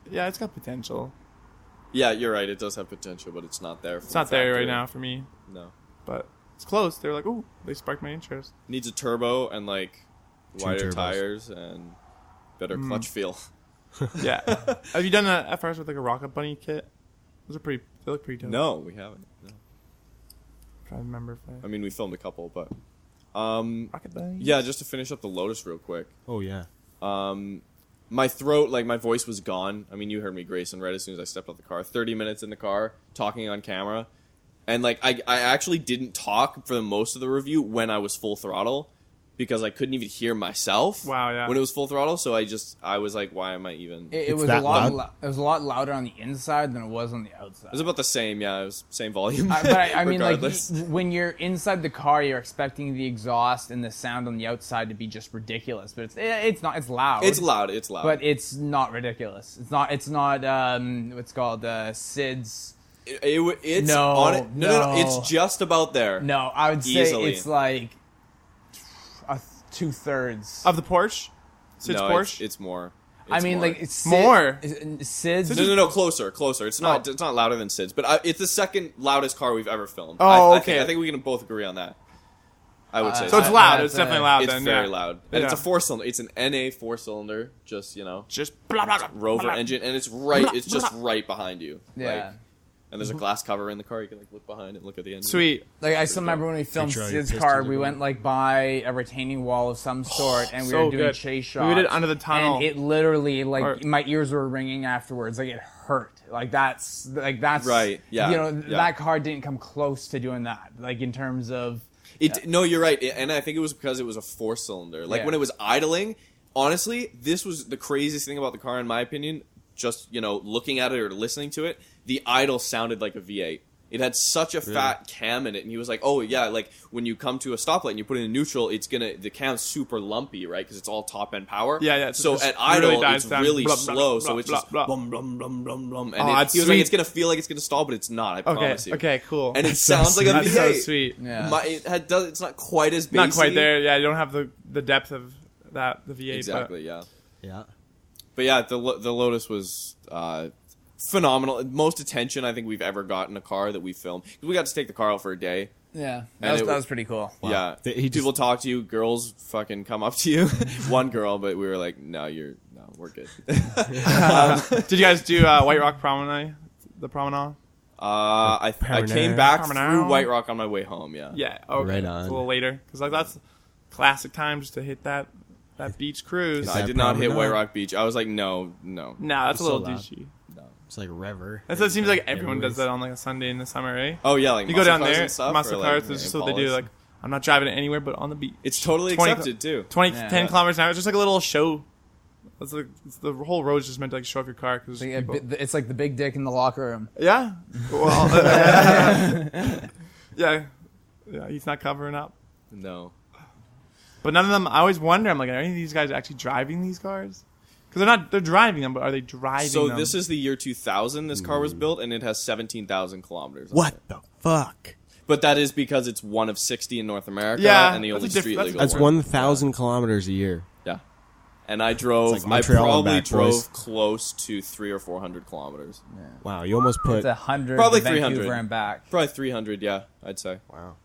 C: Yeah, it's got potential.
D: yeah, you're right. It does have potential, but it's not there.
C: It's not there right now for me,
D: No,
C: but it's close. They're like, oh, they sparked my interest.
D: needs a turbo and like
A: Two
D: wider
A: turbos.
D: tires and better
C: Mm.
D: clutch feel.
C: Yeah. Have you done a FRS with like a Rocket Bunny kit? Those are pretty. They look pretty dope.
D: No, we haven't. No.
C: I'm trying to remember. If
D: I
C: I,
D: mean, we filmed a couple, but um,
C: Rocket Bunny.
D: yeah. Just to finish up the Lotus real quick.
A: Oh yeah.
D: um, my throat, like my voice was gone. I mean, you heard me, Grayson, right as soon as I stepped out the car. Thirty minutes in the car, talking on camera, and like I, I actually didn't talk for the most of the review when I was full throttle because I couldn't even hear myself.
C: Wow, yeah.
D: When it was full throttle, so I just I was like, why am I even?
B: It,
D: It,
B: it
A: It's
B: was a
A: that
B: lot.
A: loud?
B: lou- it was a lot louder on the inside than it was on the outside.
D: was about the same, yeah. It was same volume.
B: I, but I, I mean, like
D: regardless.
B: y- when you're inside the car, you're expecting the exhaust and the sound on the outside to be just ridiculous. But it's eh, it's not. It's loud.
D: it's loud. It's loud.
B: but it's not ridiculous. It's not. It's not. Um, what's it called uh, SIDS.
D: it, it w- it's
B: No,
D: on it. No, no, no,
B: no.
D: it's just about there.
B: No, I would say
D: Easily.
B: it's like a two thirds.
C: Of the Porsche. So it's
D: no, it's,
C: Porsche.
D: it's more.
B: I
D: It's
B: mean,
D: more.
B: like it's Sid-
C: More.
B: is- SIDS.
D: No, no, no, closer, closer. It's not,
C: Oh.
D: it's not louder than Sid's, but I, it's the second loudest car we've ever filmed.
C: Oh,
D: I, I
C: okay.
D: Think, I think we can both agree on that. I would say
B: Uh,
C: so it's
D: that.
B: I-
C: loud.
B: I-
C: It's definitely loud.
D: It's
C: then,
D: very
C: yeah.
D: loud, and it's a
C: Yeah.
D: four cylinder. It's an NA four cylinder, just you know,
C: Just blah blah blah.
D: Rover
C: blah, blah.
D: engine, and it's right. It's just right behind you.
B: Yeah.
D: Like, and there's a glass cover in the car. You can like look behind it, look at the engine.
C: Mm-hmm. Sweet.
B: Like I still remember when we filmed
A: Picture all your
B: Sid's
A: pistols
B: car,
A: are
B: we
A: going.
B: went like by a retaining wall of some sort, and we
C: Oh, So
B: were doing
C: good.
B: chase
C: We
B: shots.
C: did Under the Tunnel.
B: and it literally like
C: Or-
B: my ears were ringing afterwards. Like it hurt. Like that's like that's
D: Right, yeah,
B: You know
D: yeah.
B: that car didn't come close to doing that. Like in terms of
D: It no, you're right, and I think it was because it was a four cylinder. Like
B: Yeah.
D: when it was idling, honestly, this was the craziest thing about the car, in my opinion. Just you know, looking at it or listening to it, the idle sounded like a V8. It had such a fat cam in it, and he was like, "Oh yeah, like when you come to a stoplight and you put it in neutral, it's gonna the cam's super lumpy, right? Because it's all top end power.
C: Yeah, yeah, it's
D: So
C: just
D: at
C: really
D: idle,
C: dies
D: it's
C: down.
D: really
C: Blah, blah,
D: slow,
C: blah,
D: so it's
C: blah,
D: just
C: blah.
D: blum blum blum blum blum, and
C: Oh,
D: it-
C: that's
D: he was like,
C: sweet.
D: "It's gonna feel like it's gonna stall, but it's not. I
C: Okay.
D: promise you."
C: Okay. Cool.
D: And it
A: That's so
D: sounds like a
A: sweet.
C: that's so
D: V8.
C: sweet.
B: yeah.
D: My, it had, does, it's not quite as bassy.
C: Not quite there. Yeah, you don't have the the depth of that the V8. but-
D: Exactly. Yeah.
A: Yeah.
D: But yeah, the Lo- the Lotus was uh, phenomenal. Most attention I think we've ever gotten a car that we filmed. We got to take the car out for a day.
B: Yeah, that
D: And
B: was,
D: it-
B: that was pretty cool.
D: Yeah,
E: Th- he just-
D: people talk to you. Girls fucking come up to you. One girl, but we were like, no, you're no, we're good. Uh,
C: Did you guys do uh, White Rock Promenade? The promenade?
D: Uh, I, I
E: Permanent.
D: came back through
C: Permanent.
D: White Rock on my way home. Yeah.
C: Yeah. Okay.
A: Right
C: It's
A: on.
C: a little later because like that's classic time just to hit that that beach cruise.
D: I
A: that
D: did not hit
A: promenade?
D: White Rock Beach. I was like, no, no.
C: nah, that's a
A: It's so
C: little
A: loud.
C: douchey.
A: It's like Rever.
C: That's what it seems like everyone does that on like a Sunday in the summer, right?
D: Oh yeah, like
C: you go
D: muscle
C: down
D: cars
C: there,
D: and stuff,
C: muscle
D: or,
C: cars.
D: Like,
C: That's just
D: yeah,
C: what they do.
D: ballas.
C: Like, I'm not driving it anywhere, but on the beach.
D: it's totally
C: 20
D: accepted too.
C: 20,
B: Yeah.
C: 10
B: Yeah.
C: kilometers an hour. It's just like a little show. That's like it's the whole road's just meant to like show off your car because
B: It's like, a bi- it's like the big dick in the locker room.
C: yeah. Well, yeah, yeah. He's not covering up.
D: No.
C: But none of them. I always wonder. I'm like, are any of these guys actually driving these cars? Because they're not. They're driving them, but are they driving?
D: So
C: them?
D: this is the year 2000. This car was built, and it has 17,000 kilometers. on
A: What
D: it.
A: the fuck?
D: But that is because it's one of 60 in North America,
C: Yeah,
D: and the
C: that's
D: only
C: a diff-
D: street
C: that's a
D: legal.
A: That's
D: one.
A: one thousand kilometers a year.
D: Yeah. And I drove.
A: It's like
D: I
A: Montreal and
D: probably
A: back,
D: drove
A: boys.
D: close to three or 400 kilometers.
A: Wow, you almost put
B: It's a hundred,
D: Probably
B: to Vancouver
D: 300.
B: and back.
D: Probably 300. Yeah, I'd say.
A: wow.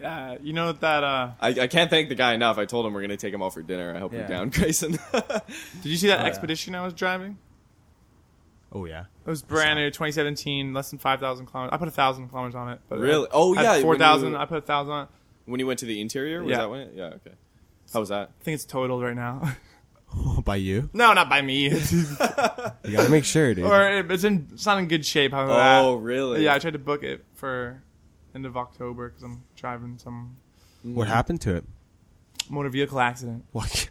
C: Yeah, you know that. Uh,
D: I, I can't thank the guy enough. I told him we're gonna take him out for dinner. I hope
B: Yeah.
D: you're down, Grayson.
C: did you see
D: Oh,
C: that
B: yeah.
C: expedition I was driving?
A: Oh yeah.
C: It was brand new, 2017, less than 5,000 kilometers. I put a thousand kilometers on it. But
D: Really?
C: I
D: Oh,
C: had
D: yeah, when
C: 4,000.
D: you-
C: I put a thousand on it.
D: when you went to the interior, was
C: Yeah.
D: that when? It? Yeah. Okay. How was that?
C: I think it's totaled right now.
A: By you?
C: no, not by me.
A: You gotta make sure, dude.
C: or it, it's in. It's not in good shape. How about that?
D: Oh, really?
C: Yeah, I tried to book it for end of October because I'm driving some
A: what happened to it?
C: motor vehicle accident.
A: What?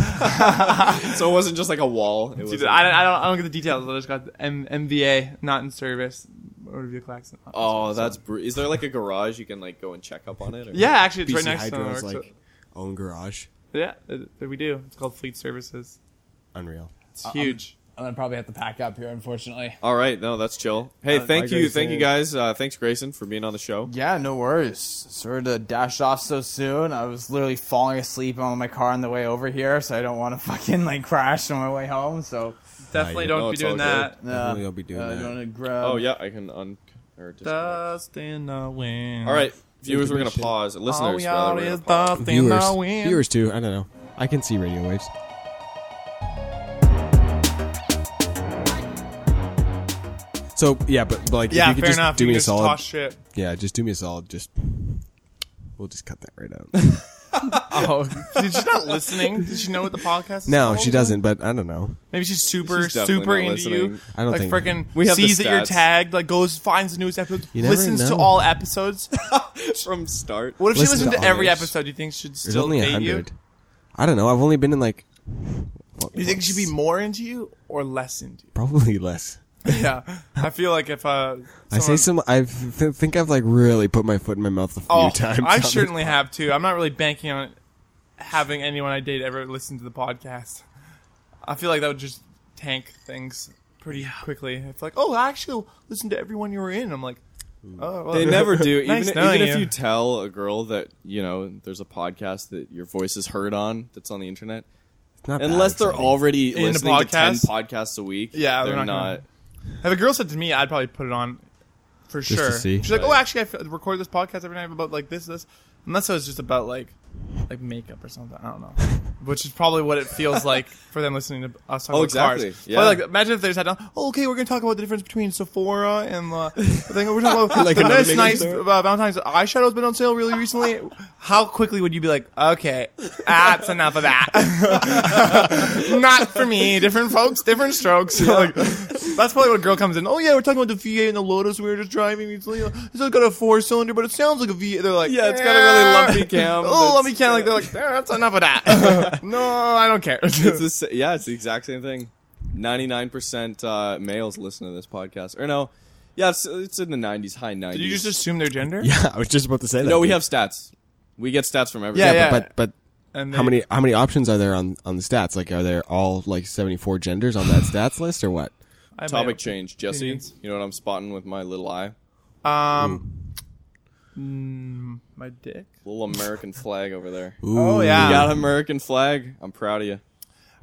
D: so it wasn't just like a wall. It
C: Dude,
D: was
C: I, don't- I don't. I don't get the details. I just got the M- MVA not in service motor vehicle accident. not in
D: Oh,
C: service.
D: that's bru- is there like a garage you can like go and check up on it? Or?
C: yeah. Actually, it's
A: BC
C: right next to
A: Hydro's
C: it.
A: like
C: Like...
A: own garage.
C: Yeah, it, it- we do. It's called Fleet Services.
A: Unreal.
C: It's
D: Uh,
C: huge.
B: I'm gonna probably have to pack up here, unfortunately.
D: All right, no, that's chill. Hey,
A: Uh,
D: thank
A: bye,
D: you, thank you
A: Grayson.
D: guys. Uh, thanks, Grayson, for being on the show.
B: Yeah, no worries. Sorry to dash off so soon. I was literally falling asleep on my car on the way over here, so I don't want to fucking like crash on my way home. So
C: Definitely
A: yeah.
C: don't
D: No,
C: be
D: it's
C: doing
D: all
B: uh,
C: that.
A: Definitely don't be doing
B: uh,
A: that.
B: gonna grab.
D: Oh yeah, I can un. Or just- All
C: Dust in the wind.
D: right, viewers, we're gonna pause.
C: All
D: Listeners,
C: we
D: rather,
C: are
D: we're
C: is
D: gonna pause.
C: dust in
A: Viewers,
C: the wind.
A: viewers too. I don't know. I can see radio waves. So yeah, but, but like
C: Yeah,
A: if you could
C: fair
A: just
C: enough.
A: do
C: you
A: me
C: can
A: a
C: just
A: solid.
C: toss shit.
A: Yeah, just do me a solid. Just we'll just cut that right out.
B: Oh,
C: Dude, she's not listening. Does she know what the podcast is?
A: no,
C: called?
A: she doesn't. But I don't know.
C: Maybe she's super,
D: She's definitely
C: super
D: not
C: into you.
D: listening.
A: I don't
C: like
A: think-
C: freaking
D: We have the
C: sees that you're
D: stats.
C: tagged. Like goes finds the newest episode.
A: You never
C: Listens to
A: know.
C: all episodes.
D: from start.
C: What if
A: Listen
C: she
A: to
C: listens to, every
A: others.
C: episode? Do you think she'd
A: There's
C: still
A: only a
C: date you?
A: hundred. I don't know. I've only been in like.
C: Do you think she'd be more into you or less into
A: probably less?
C: you? yeah, I feel like if uh,
A: I say
C: someone-
A: some. I th- think I've like really put my foot in my mouth a few
C: Oh,
A: times.
C: I
A: on this.
C: certainly have too. I'm not really banking on having anyone I date ever listen to the podcast. I feel like that would just tank things pretty quickly. It's like, oh, I actually listened to everyone you were in. I'm like, oh, well.
D: They never do. Even,
C: Nice
D: even
C: knowing
D: if
C: you.
D: you tell a girl that you know there's a podcast that your voice is heard on that's on the internet,
A: It's not that
D: unless they're
A: exciting.
D: already
C: In a
D: listening to ten
C: podcast?
D: podcasts a week,
C: Yeah,
D: they're
C: they're not gonna-
D: not.
C: If a girl said to me, I'd probably put it on for
A: to
C: sure.
A: see.
C: She's like,
D: Right.
C: oh, actually, I f- record this podcast every night about like this, this. Unless it was just about like like makeup or something. I don't know. Which is probably what it feels like for them listening to us talk
D: Oh,
C: about
D: exactly.
C: cars.
D: Yeah.
C: Probably, like imagine if they just had down. Oh, okay, we're gonna talk about the difference between Sephora and uh, the thing we're talking about.
D: Like
C: the
D: another
C: nice,
D: makeup
C: nice
D: store?
C: uh, Valentine's eyeshadow's been on sale really recently. How quickly would you be like, okay, that's enough of that. Not for me. Different folks, different strokes. Like, that's probably what a girl comes in. Oh yeah, we're talking about the V8 and the Lotus we were just driving recently. It's like got a four cylinder, but it sounds like a V. They're like,
D: Yeah, it's got a really lumpy cam.
C: Oh, lumpy
D: That's-
C: cam. Like they're like, "Eh, that's enough of that. no, I don't care.
D: It's the, sa- yeah, it's the exact same thing. Ninety nine percent uh, males listen to this podcast, or no? Yeah, it's, it's in the nineties, high nineties.
C: Did you just assume their gender?
A: Yeah, I was just about to say that.
D: no? We
A: dude.
D: have stats. We get stats from every.
C: Yeah, yeah.
D: Yeah,
A: But but
C: And
A: how
C: they-
A: many how many options are there on on the stats? Like, are there all like seventy four genders on that stats list or what?
C: I have my
D: Topic change, Jesse.
C: Opinions.
D: You know what I'm spotting with my little eye,
C: Um, mm, my dick.
D: little American flag over there.
A: Ooh,
C: Oh
D: You
C: yeah.
D: got an American flag. I'm proud of you.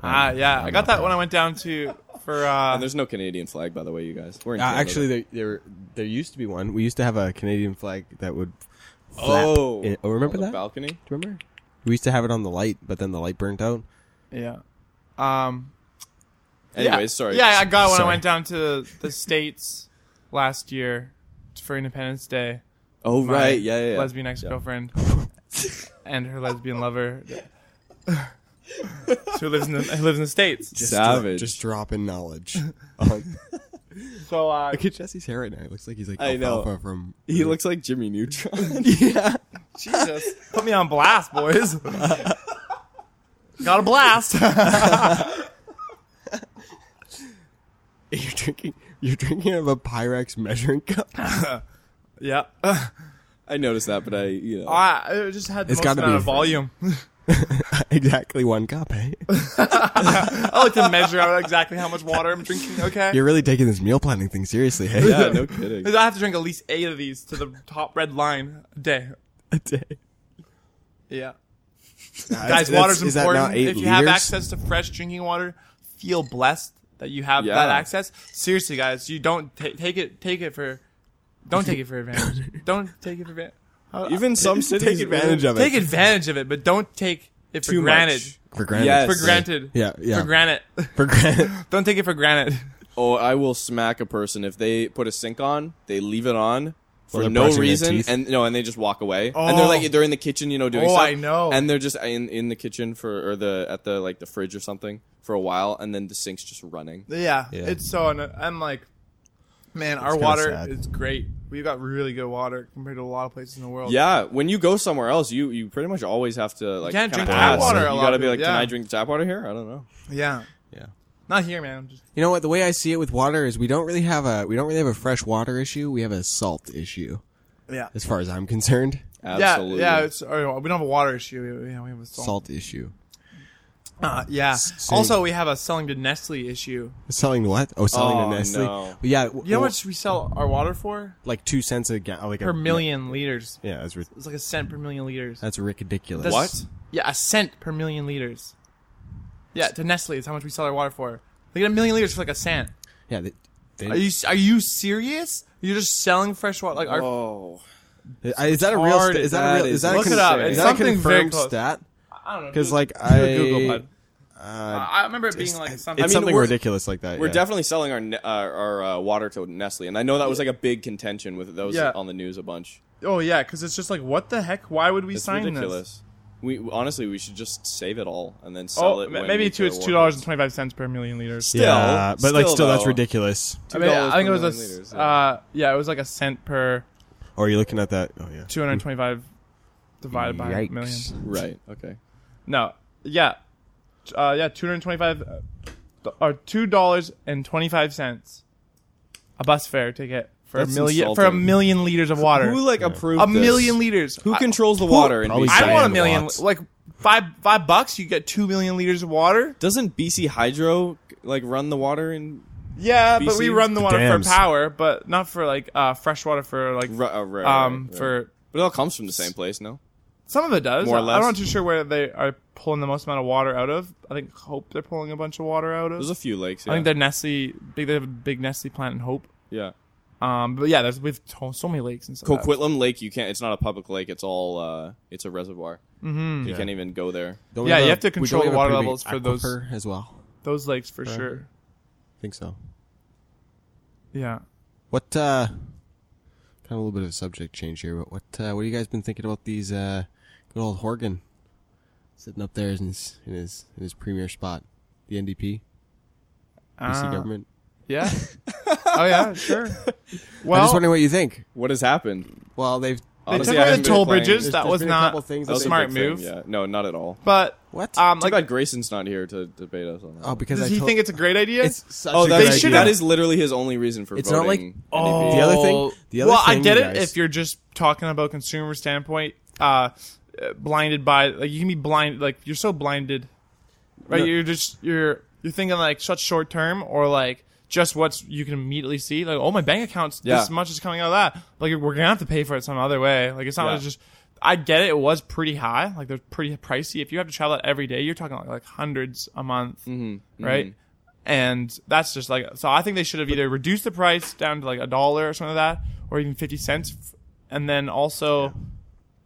C: Ah, yeah, I got that when I went down to for. Uh,
D: And there's no Canadian flag, by the way, you guys. We're in
A: Uh,
D: Canada.
A: actually, there, there there used to be one. We used to have a Canadian flag that would. flap
D: Oh.
A: in- oh, remember
D: on the
A: that?
D: balcony.
A: Do you remember? We used to have it on the light, but then the light burnt out.
C: yeah. Um.
D: Anyways,
C: yeah.
D: sorry.
C: Yeah, I got it when I
D: Sorry.
C: went down to the states last year for Independence Day.
D: Oh
C: My
D: right, yeah, yeah. yeah.
C: Lesbian ex-girlfriend and her lesbian lover, who lives in the who lives in the states.
D: Savage.
A: just dropping knowledge.
C: So uh,
A: Look at Jesse's hair right now. It looks like he's like
D: I know.
A: alfalfa from.
D: he looks like Jimmy Neutron.
A: yeah.
C: Jesus, put me on blast, boys. got a blast.
A: You're drinking. You're drinking out of a Pyrex measuring cup.
C: yeah,
D: I noticed that, but I, you know,
C: I it just had the
A: It's
C: most
A: gotta
C: amount
A: be
C: of
A: a-
C: volume.
A: exactly one cup, eh?
C: I like to measure out exactly how much water I'm drinking. Okay,
A: You're really taking this meal planning thing seriously, hey?
D: yeah, no kidding.
C: I have to drink at least eight of these to the top red line a day.
A: A day.
C: Yeah.
A: That's-
C: Guys, water's
A: that's- is that now
C: important.
A: eight
C: If you have
A: liters?
C: access to fresh drinking water, feel blessed that you have
D: Yeah.
C: that access. Seriously, guys, you don't ta take it. Take it for. Don't take it for advantage. don't take it for advantage.
D: Even some cities
A: Take advantage of it.
C: Take advantage of it, but don't take it for
D: Too much.
C: granted.
A: for granted.
D: Yes.
C: For granted.
A: Yeah, yeah.
C: For granted.
A: For granted.
C: don't take it for granted.
D: Oh, I will smack a person if they put a sink on. They leave it on for
A: they're
D: no
A: brushing their
D: reason,
A: teeth.
D: and no, and they just walk away. And they're like, they're in the kitchen, you know, doing.
C: Oh,
D: stuff,
C: I know.
D: And they're just in in the kitchen for or the at the like the fridge or something for a while, and then the sink's just running.
C: Yeah,
A: Yeah.
C: it's so. anno- I'm like, man, our
A: kinda
C: water
A: sad.
C: is great. We've got really good water compared to a lot of places in the world.
D: Yeah, when you go somewhere else, you you pretty much always have to like
C: can't
D: kinda
C: drink tap
D: ask.
C: water
D: You
C: a lot,
D: gotta be
C: dude,
D: like, can
C: yeah.
D: I drink tap water here? I don't know.
C: yeah,
A: Yeah.
C: Not here, man. Just-
A: You know what? The way I see it with water is we don't really have a we don't really have a fresh water issue. We have a salt issue,
C: yeah.
A: as far as I'm concerned.
D: Absolutely.
C: Yeah, yeah. It's, or, we don't have a water issue. We, yeah, we have a salt.
A: Salt issue.
C: Uh, yeah.
A: same.
C: Also, we have a selling to Nestle issue.
A: Selling what? Oh, selling
D: Oh,
A: to Nestle.
D: no.
A: Yeah.
C: You know how much we sell our water for?
A: Like two cents a gallon. Like
C: Per
A: a,
C: million liters.
A: Yeah, that's ri-
C: It's like a cent per million liters.
A: that's ridiculous.
C: That's-
D: What?
C: Yeah, a cent per million liters. Yeah, to Nestle is how much we sell our water for. They get a million liters for like a cent.
A: Yeah. They, they-
C: Are you are you serious? You're just selling fresh water like our
D: Oh,
A: I- is that a real? St-
C: retarded.
A: is that a real?
D: That
A: Is that
D: is
A: a con-
C: Look it up.
A: Is
C: It's
A: that a
C: something very
A: confirmed
C: close.
A: stat?
C: I don't know.
A: Because
C: dude.
A: like
C: Do
A: I
C: a Google bud.
A: Uh,
C: I I remember it being like
A: it's
C: something.
A: something
D: we're-
A: ridiculous like that.
D: We're
A: yeah.
D: definitely selling our ne- uh, our uh, water to Nestle, and I know that was like a big contention with those
C: Yeah.
D: on the news a bunch.
C: oh yeah, because it's just like what the heck? Why would we
D: It's
C: sign this?
D: ridiculous. We honestly we should just save it all and then sell
C: Oh,
D: it.
C: ma-
D: when
C: maybe
D: we
C: two.
D: go
C: It's
D: to
C: two
D: war.
C: dollars and twenty five cents per million liters.
D: Still,
A: Yeah, but like still that's
D: though.
A: ridiculous.
C: I, mean, I
D: $2
C: think it
D: per
C: was a.
D: million
C: s-
D: liters, yeah.
C: uh, yeah, it was like a cent per
A: Or are you looking at that? Oh yeah.
C: two hundred twenty five divided by a million.
A: Yikes.
D: Right. Okay.
C: No, yeah, uh, yeah, two hundred twenty five, uh, th- or two dollars and twenty five cents, a bus fare ticket for
D: That's
C: a million for a
D: insulting.
C: million liters of water.
D: Who like approved
C: a million liters.
D: Who
C: I-
D: controls the water? in
A: Probably
D: BC?
C: I want a
A: Diane
C: million.
A: Watts.
C: Like five five bucks, you get two million liters of water.
D: Doesn't BC Hydro like run the water and
C: Yeah, but
D: BC?
C: we run the water
A: dams.
C: for power, but not for like uh, fresh water for like
D: ru- uh, right,
C: um
D: right, right.
C: for
D: But it all comes from the same place, no?
C: Some of it does.
D: More or
C: I'm
D: less.
C: not too sure where they are pulling the most amount of water out of. I think Hope they're pulling a bunch of water out of.
D: There's a few lakes. Yeah.
C: I think they're Nestle. Big, they have a big Nestle plant in Hope.
D: yeah.
C: Um, but yeah, there's we've to- so many lakes and stuff.
D: Coquitlam Lake, you can't. It's not a public lake. It's all. Uh, it's a reservoir. Mm-hmm. You can't even go there.
A: Don't we
C: Yeah,
A: have
C: you
A: a-
C: have to
A: we don't
C: control
A: have a
C: the water
A: pretty big
C: levels for those-
A: aquifer as well.
C: Those lakes for sure.
A: I think so.
C: Yeah.
A: What uh kind of a little bit of a subject change here, but what uh what have you guys been thinking about these uh good old Horgan sitting up there in his in his in his premier spot, the NDP, BC
C: Ah,
A: government.
C: Yeah. oh yeah, sure.
A: I'm just
C: Well,
A: wondering what you think.
D: what has happened?
A: Well, they've
C: they
D: Honestly,
C: took
D: I
C: away
D: haven't
C: the
D: been
C: toll
D: playing.
C: bridges.
D: There's-
C: that
A: there's
C: was
A: been a
C: not
A: couple things
D: That
A: that
C: a
D: was
A: they
C: smart
D: big thing,
C: move.
D: Yeah. No, not at all.
C: But
A: what?
C: um,
D: Too
C: like,
D: bad Grayson's not here to debate us on that.
A: oh, because
C: does
A: I
C: he
A: told-
C: think it's a great idea?
A: it's such a
D: Oh,
A: good
D: that,
C: They
A: idea.
C: should
D: that
C: have-
D: is literally his only reason for
A: It's not like-
D: voting.
C: Oh,
A: The other thing- the other
C: well, I
A: thing,
C: get
A: you
C: it
A: guys-
C: if you're just talking about consumer standpoint, uh, uh, blinded by like you can be blind, like you're so blinded, right?
D: No.
C: You're just you're you're thinking like such short term or like just what's you can immediately see, like oh my bank account's
D: Yeah.
C: this much is coming out of that, like we're gonna have to pay for it some other way, like it's not
D: Yeah.
C: just. I get it. It was pretty high. Like they're pretty pricey. If you have to travel that every day, you're talking like, like hundreds a month,
D: Mm-hmm,
C: right? And that's just like so. I think they should have either reduced the price down to like a dollar or something like that, or even fifty cents, f- and then also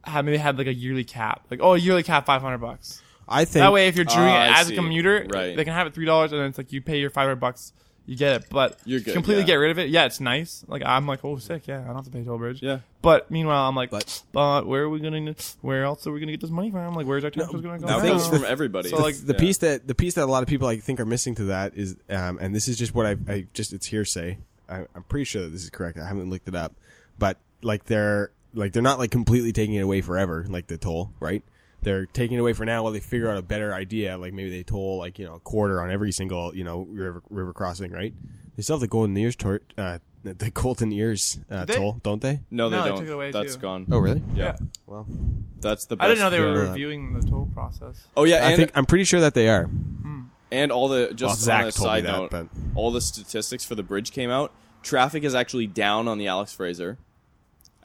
C: have maybe had like a yearly cap, like oh a yearly cap five hundred bucks.
E: I think
C: That way, if you're doing
D: Ah,
C: it
D: I
C: as
D: see.
C: a commuter,
D: Right.
C: they can have it three dollars, and then it's like you pay your five hundred bucks, you get it. But
D: You're good,
C: completely
D: yeah.
C: get rid of it. Yeah, it's nice. Like I'm like, oh, sick. Yeah, I don't have to pay toll bridge.
D: Yeah.
C: But meanwhile, I'm like,
A: But-
C: but, where are we gonna? Where else are we gonna get this money from? Like, where's our taxes gonna go?
D: That
C: from?
D: comes from everybody.
C: So, like,
D: Yeah.
E: the piece that the piece that a lot of people I think are missing to that is, um, and this is just what I, I just it's hearsay. I, I'm pretty sure that this is correct. I haven't looked it up, but like they're like they're not like completely taking it away forever, like the toll, right? They're taking it away for now while they figure out a better idea. Like maybe they toll like you know a quarter on every single you know river, river crossing, right? They still have the golden ears tor- uh, the golden ears uh,
C: They-
E: toll, don't they?
D: no, they
C: No, they
D: don't.
C: took it away,
D: That's
C: too.
D: gone.
A: Oh,
E: Mm-hmm.
A: really?
D: yeah.
C: Yeah.
E: Well,
D: That's the. Best
C: I didn't know they were
E: Yeah.
C: reviewing the toll process.
D: Oh yeah, and
E: I think I'm pretty sure that they are.
D: and all the just
E: Well,
D: on
E: Zach
D: a
E: told me
D: side
E: that,
D: note,
E: but-
D: all the statistics for the bridge came out. Traffic is actually down on the Alex Fraser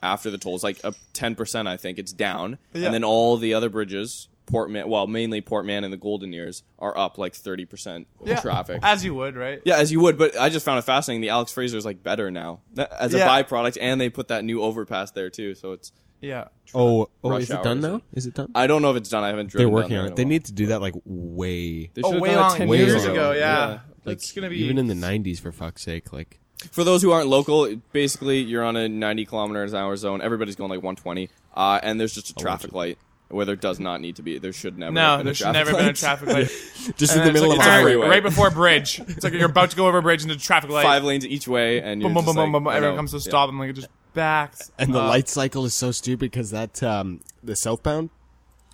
D: after the tolls, like up ten percent, I think it's down.
C: Yeah.
D: And then all the other bridges, Portman, well, mainly Portman and the Golden Ears, are up like thirty percent traffic.
C: as you would, right?
D: yeah, as you would, but I just found it fascinating. The Alex Fraser is like better now That- as a
C: Yeah.
D: byproduct, and they put that new overpass there too. So it's
C: Yeah.
E: Oh,
A: Oh,
D: Rush
A: is it
D: hour,
A: done
D: is
A: now?
D: it?
A: Is it done?
D: I don't know if it's done. I haven't driven.
E: they're
D: down
E: working
D: there
E: on
D: in
E: it.
D: a
E: They
D: while.
E: need to do that like way
D: They
C: Oh,
D: should've
C: way
D: done it
C: long
D: 10
C: years,
E: long.
C: ago. Yeah.
D: Like,
C: it's gonna be
A: even in the '90s, for fuck's sake. Like,
D: for those who aren't local, it- basically you're on a 90 kilometers an hour zone. Everybody's going like 120, uh, and there's just a traffic light where there does not need to be. There should never. have
C: No,
D: been
C: there
D: a
C: should
D: traffic
C: never
D: light.
C: been a traffic light.
E: just
C: And
E: in the
C: then it's
E: middle
C: like,
E: of
D: a
E: a
C: all right,
D: freeway.
C: Right before a bridge. It's like you're about to go over a bridge into traffic light.
D: Five lanes each way, and you're
C: boom, boom,
D: just
C: boom, boom,
D: like,
C: boom.
D: I
C: Everyone
D: know.
C: comes to a
D: Yeah.
C: stop and like it just Uh, backs.
A: and the
E: Uh,
C: up.
A: light cycle is so stupid because that um, the southbound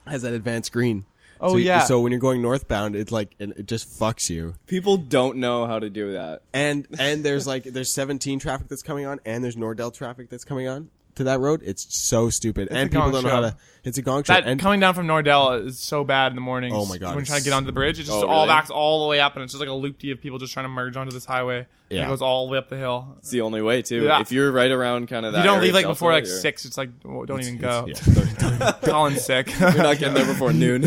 A: has that advanced green.
C: Oh,
A: So you-
C: yeah.
A: So when you're going northbound, it like it, it just fucks you.
D: People don't know how to do that.
A: And and there's like there's 17 traffic that's coming on, and there's Nordell traffic that's coming on to that road. It's so stupid, and
C: a
A: people
C: gong
A: don't know how
C: show.
A: to. It's a gong show.
C: That
A: and
C: coming down from Nordell is so bad in the morning.
A: Oh my God,
C: When trying
A: it's-
C: to get onto the bridge, it just
D: Oh,
C: all
D: really?
C: backs all the way up, and it's just like a loopy of people just trying to merge onto this highway. And
A: Yeah.
C: it goes all the way up the hill.
D: It's the only way too.
C: Yeah.
D: If you're right around kind of that,
C: you don't
D: area,
C: leave like
D: Delta,
C: before like
D: you're-
C: six. It's like well, don't even go.
A: it's-
C: Colin's sick.
D: You're not getting there before noon.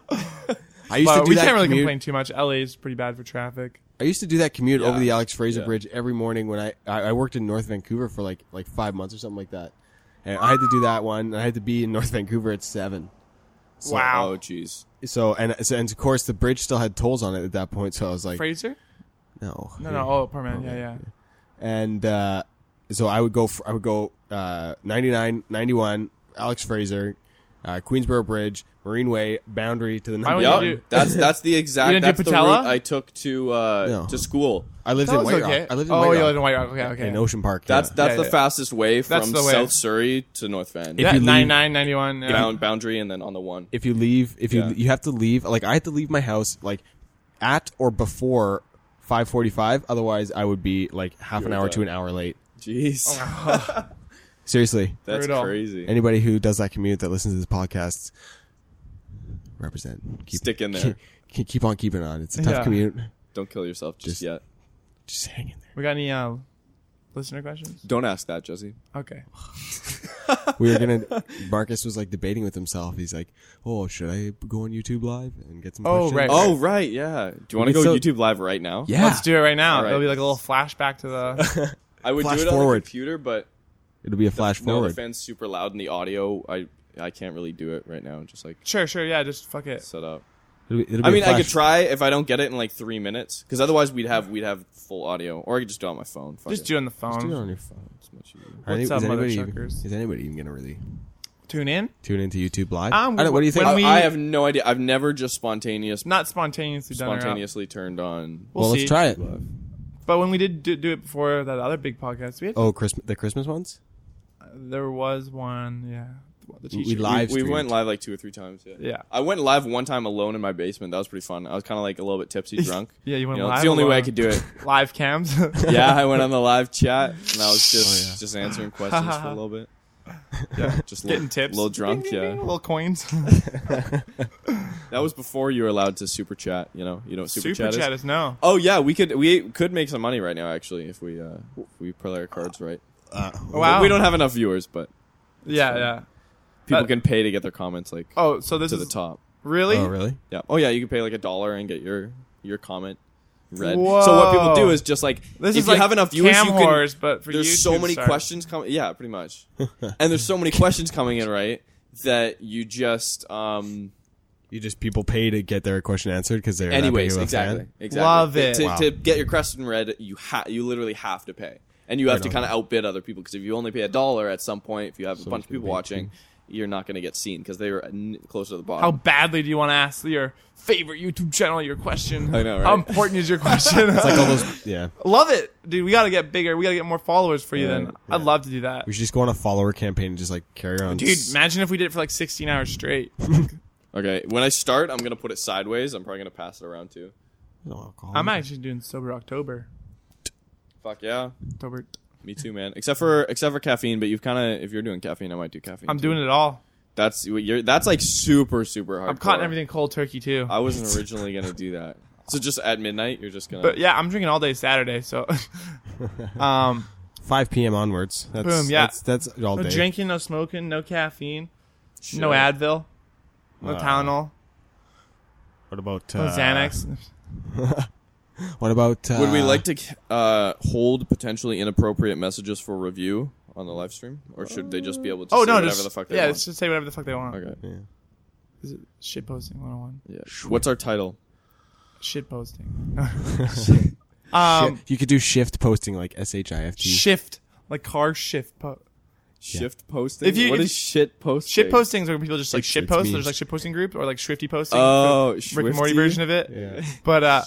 A: I used to
C: but
A: do
C: we
A: that
C: can't really
A: commute-
C: complain too much. LA is pretty bad for traffic.
A: I used to do that commute over the Alex Fraser
D: Yeah.
A: Bridge every morning when I, I I worked in North Vancouver for like like five months or something like that, and I had to do that one. And I had to be in North Vancouver at seven.
C: wow.
D: Oh, jeez.
A: So and so, and of course the bridge still had tolls on it at that point. So I was like,
C: Fraser?
A: no,
C: No, no. Oh, Perman. Yeah, yeah.
A: and uh, so I would go. fr- I would go uh, 99, 91, Alex Fraser, uh, Queensboro Bridge, Marine Way, boundary to the.
C: Why don't
A: number-
C: Oh, you
D: Yup.
C: do-
D: that's that's the
C: You
D: exact
C: didn't do
D: that's the
C: Patella?
D: route I took to uh,
A: No.
D: to school.
A: I lived
C: That
A: in
C: was
A: White
C: okay.
A: Rock. I lived in
C: oh,
A: White
C: you
A: Rock.
C: live in White Rock. Okay, okay.
A: in Ocean Park.
D: That's
A: yeah.
D: that's
C: Yeah,
D: the
C: yeah.
D: fastest way from
C: That's the way.
D: South Surrey to North Van.
C: yeah,
A: you leave-
C: 99, 91. Yeah.
D: bound, boundary and then on the one.
A: if you leave if you
D: Yeah.
A: you have to leave like i had to leave my house like at or before 5.45 otherwise i would be like half an
D: You're
A: hour
D: done.
A: to an hour late
D: Jeez,
A: seriously
D: that's
C: Oh, Brutal.
D: crazy.
A: anybody who does that commute that listens to this podcast represent keep,
D: Stick in there.
A: keep, keep- keep on keeping on it's a tough
C: Yeah.
A: commute
D: Don't kill yourself just,
A: Just-
D: yet.
A: just hang in there
C: We got any uh, listener questions?
D: Don't ask that, Jesse.
C: Okay.
A: we were gonna marcus was like debating with himself he's like oh should i go on youtube live and get some
C: Oh,
A: questions?
C: right.
D: Oh right, yeah. Do you want to
A: We
D: go
A: still-
D: YouTube live right now?
A: yeah
C: Let's do it right now.
D: All right.
C: It'll be like a little flashback to the.
D: I would
A: Flash
D: do it on
A: forward.
D: the computer, but
A: it'll be a flash
D: no, the
A: forward
D: fan's super loud and the audio. I I can't really do it right now. Just like
C: sure, sure. Yeah, just fuck it.
D: set up.
A: It'll be- it'll be
D: I
A: a
D: mean, I
A: flash-
D: could try if I don't get it in like three minutes, because otherwise we'd have we'd have full audio, or I could just do it on my phone. Fuck
C: Just
D: it.
C: do it on the phone.
A: do it on your phone
D: It's much easier.
A: Are
C: What's up,
A: is anybody even-
C: motherfuckers?
A: is anybody even gonna really
C: Tune in.
A: tune into YouTube Live?
C: Um,
A: I don't, what do you think? Oh,
C: when
D: I,
C: we-
D: I have no idea. I've never just spontaneous
C: Not spontaneously done. or not.
D: spontaneously turned on.
A: well,
C: see.
A: let's try it.
C: But when we did do, do it before that other big podcast, we had,
A: Oh, Christmas, the Christmas ones.
C: there was one. Yeah, the
A: We- we
C: t-shirt.
A: lied. Live
D: we, we
A: streamed.
D: went live like two or three times. Yeah.
C: Yeah.
D: I went live one time alone in my basement. That was pretty fun. I was kind of like a little bit tipsy drunk.
C: Yeah, you went
D: know, It's
C: live
D: the only way I
C: alone.
D: could do it.
C: Live cams.
D: yeah, I went on the live chat and I was just
A: Oh, yeah.
D: just answering questions for a little bit. Yeah, just a
C: Getting
D: little,
C: tips.
D: little drunk.
C: Ding, ding, ding,
D: Yeah,
C: little coins.
D: that was before you were allowed to super chat. You know, you know what super,
C: Super chat,
D: chat is.
C: is no.
D: Oh yeah, we could we could make some money right now actually if we uh
A: Uh,
D: if we play our cards right.
C: Wow.
D: We don't have enough viewers, but
C: Yeah, yeah.
D: People
C: That-
D: can pay to get their comments like
C: Oh, so this
D: to
C: is
D: the top.
C: Really?
A: Oh, really?
D: Yeah. Oh yeah, you can pay like a dollar and get your your comment read. So what people do
C: Whoa.
D: is just like
C: This is
D: if you
C: like
D: have enough viewers,
C: cam
D: you can.
C: whores, but for
D: there's so
C: YouTube
D: many
C: stars.
D: questions coming. Yeah, pretty much. and there's so many questions coming in, right? That you just um.
A: You just people pay to get their question answered because they're
D: Anyways,
A: that big of a
D: exactly,
A: Fan.
D: exactly.
C: Love
D: To-
C: it.
D: To,
A: Wow.
D: to get your question read, you ha- you literally have to pay, and you have to
A: on.
D: kind of outbid other people because if you only pay a dollar at some point, if you have a bunch of
A: gonna
D: people
A: pay
D: watching, you're not going to get seen because they were n- closer to the
C: How
D: bottom.
C: badly do you want to ask your favorite YouTube channel your question?
D: I know, right?
C: How important is your question? it's like
A: Yeah.
C: Love it, dude. We got to get bigger. We got to get more followers for you.
A: Yeah,
C: Then
A: yeah.
C: I'd love to do that,
A: We should just go on a follower campaign and just like carry on.
C: dude. Imagine if we did it for like 16 hours straight.
D: Mm-hmm. okay, when I start, I'm going to put it sideways. I'm probably going to pass it around too.
A: No alcohol.
C: I'm actually doing sober October.
D: Fuck yeah,
C: October.
D: me too, man. Except for except for caffeine, but you've kind of if you're doing caffeine, I might do caffeine.
C: I'm
D: too.
C: doing it all.
D: That's you're that's like super super hard.
C: I'm cutting everything cold turkey too.
D: I wasn't originally going to do that. So just at midnight, you're just gonna.
C: But yeah, I'm drinking all day Saturday. So, um,
A: 5 p.m. onwards. That's,
C: Boom, yeah.
A: That's, that's all
C: no
A: day.
C: drinking, no smoking, no caffeine,
D: Shit.
C: no Advil, no
A: Wow.
C: Tylenol,
A: What about
C: no
A: uh,
C: Xanax.
A: What about uh,
D: Would we like to uh, hold potentially inappropriate messages for review on the live stream, or should they just be able to
C: Oh
D: say
C: no,
D: whatever
C: just
D: the fuck they
C: yeah,
D: want?
C: just say whatever the fuck they want.
D: Okay.
C: Is it oh shit posting 101?
D: Yeah. What's our title?
C: Shit posting. um,
A: you could do shift posting like S H I F T.
C: shift like car shift. Po-
D: Shift posting.
C: If you-
D: what
C: if-
D: is shit posting?
C: shit postings are when people just like
A: It's-
C: shit
A: it's
C: post.
A: memes.
C: There's like shit posting groups or like Shrifty posting.
D: Oh,
C: the Rick and Morty
D: Swifty?
C: version of it.
A: Yeah.
C: But uh,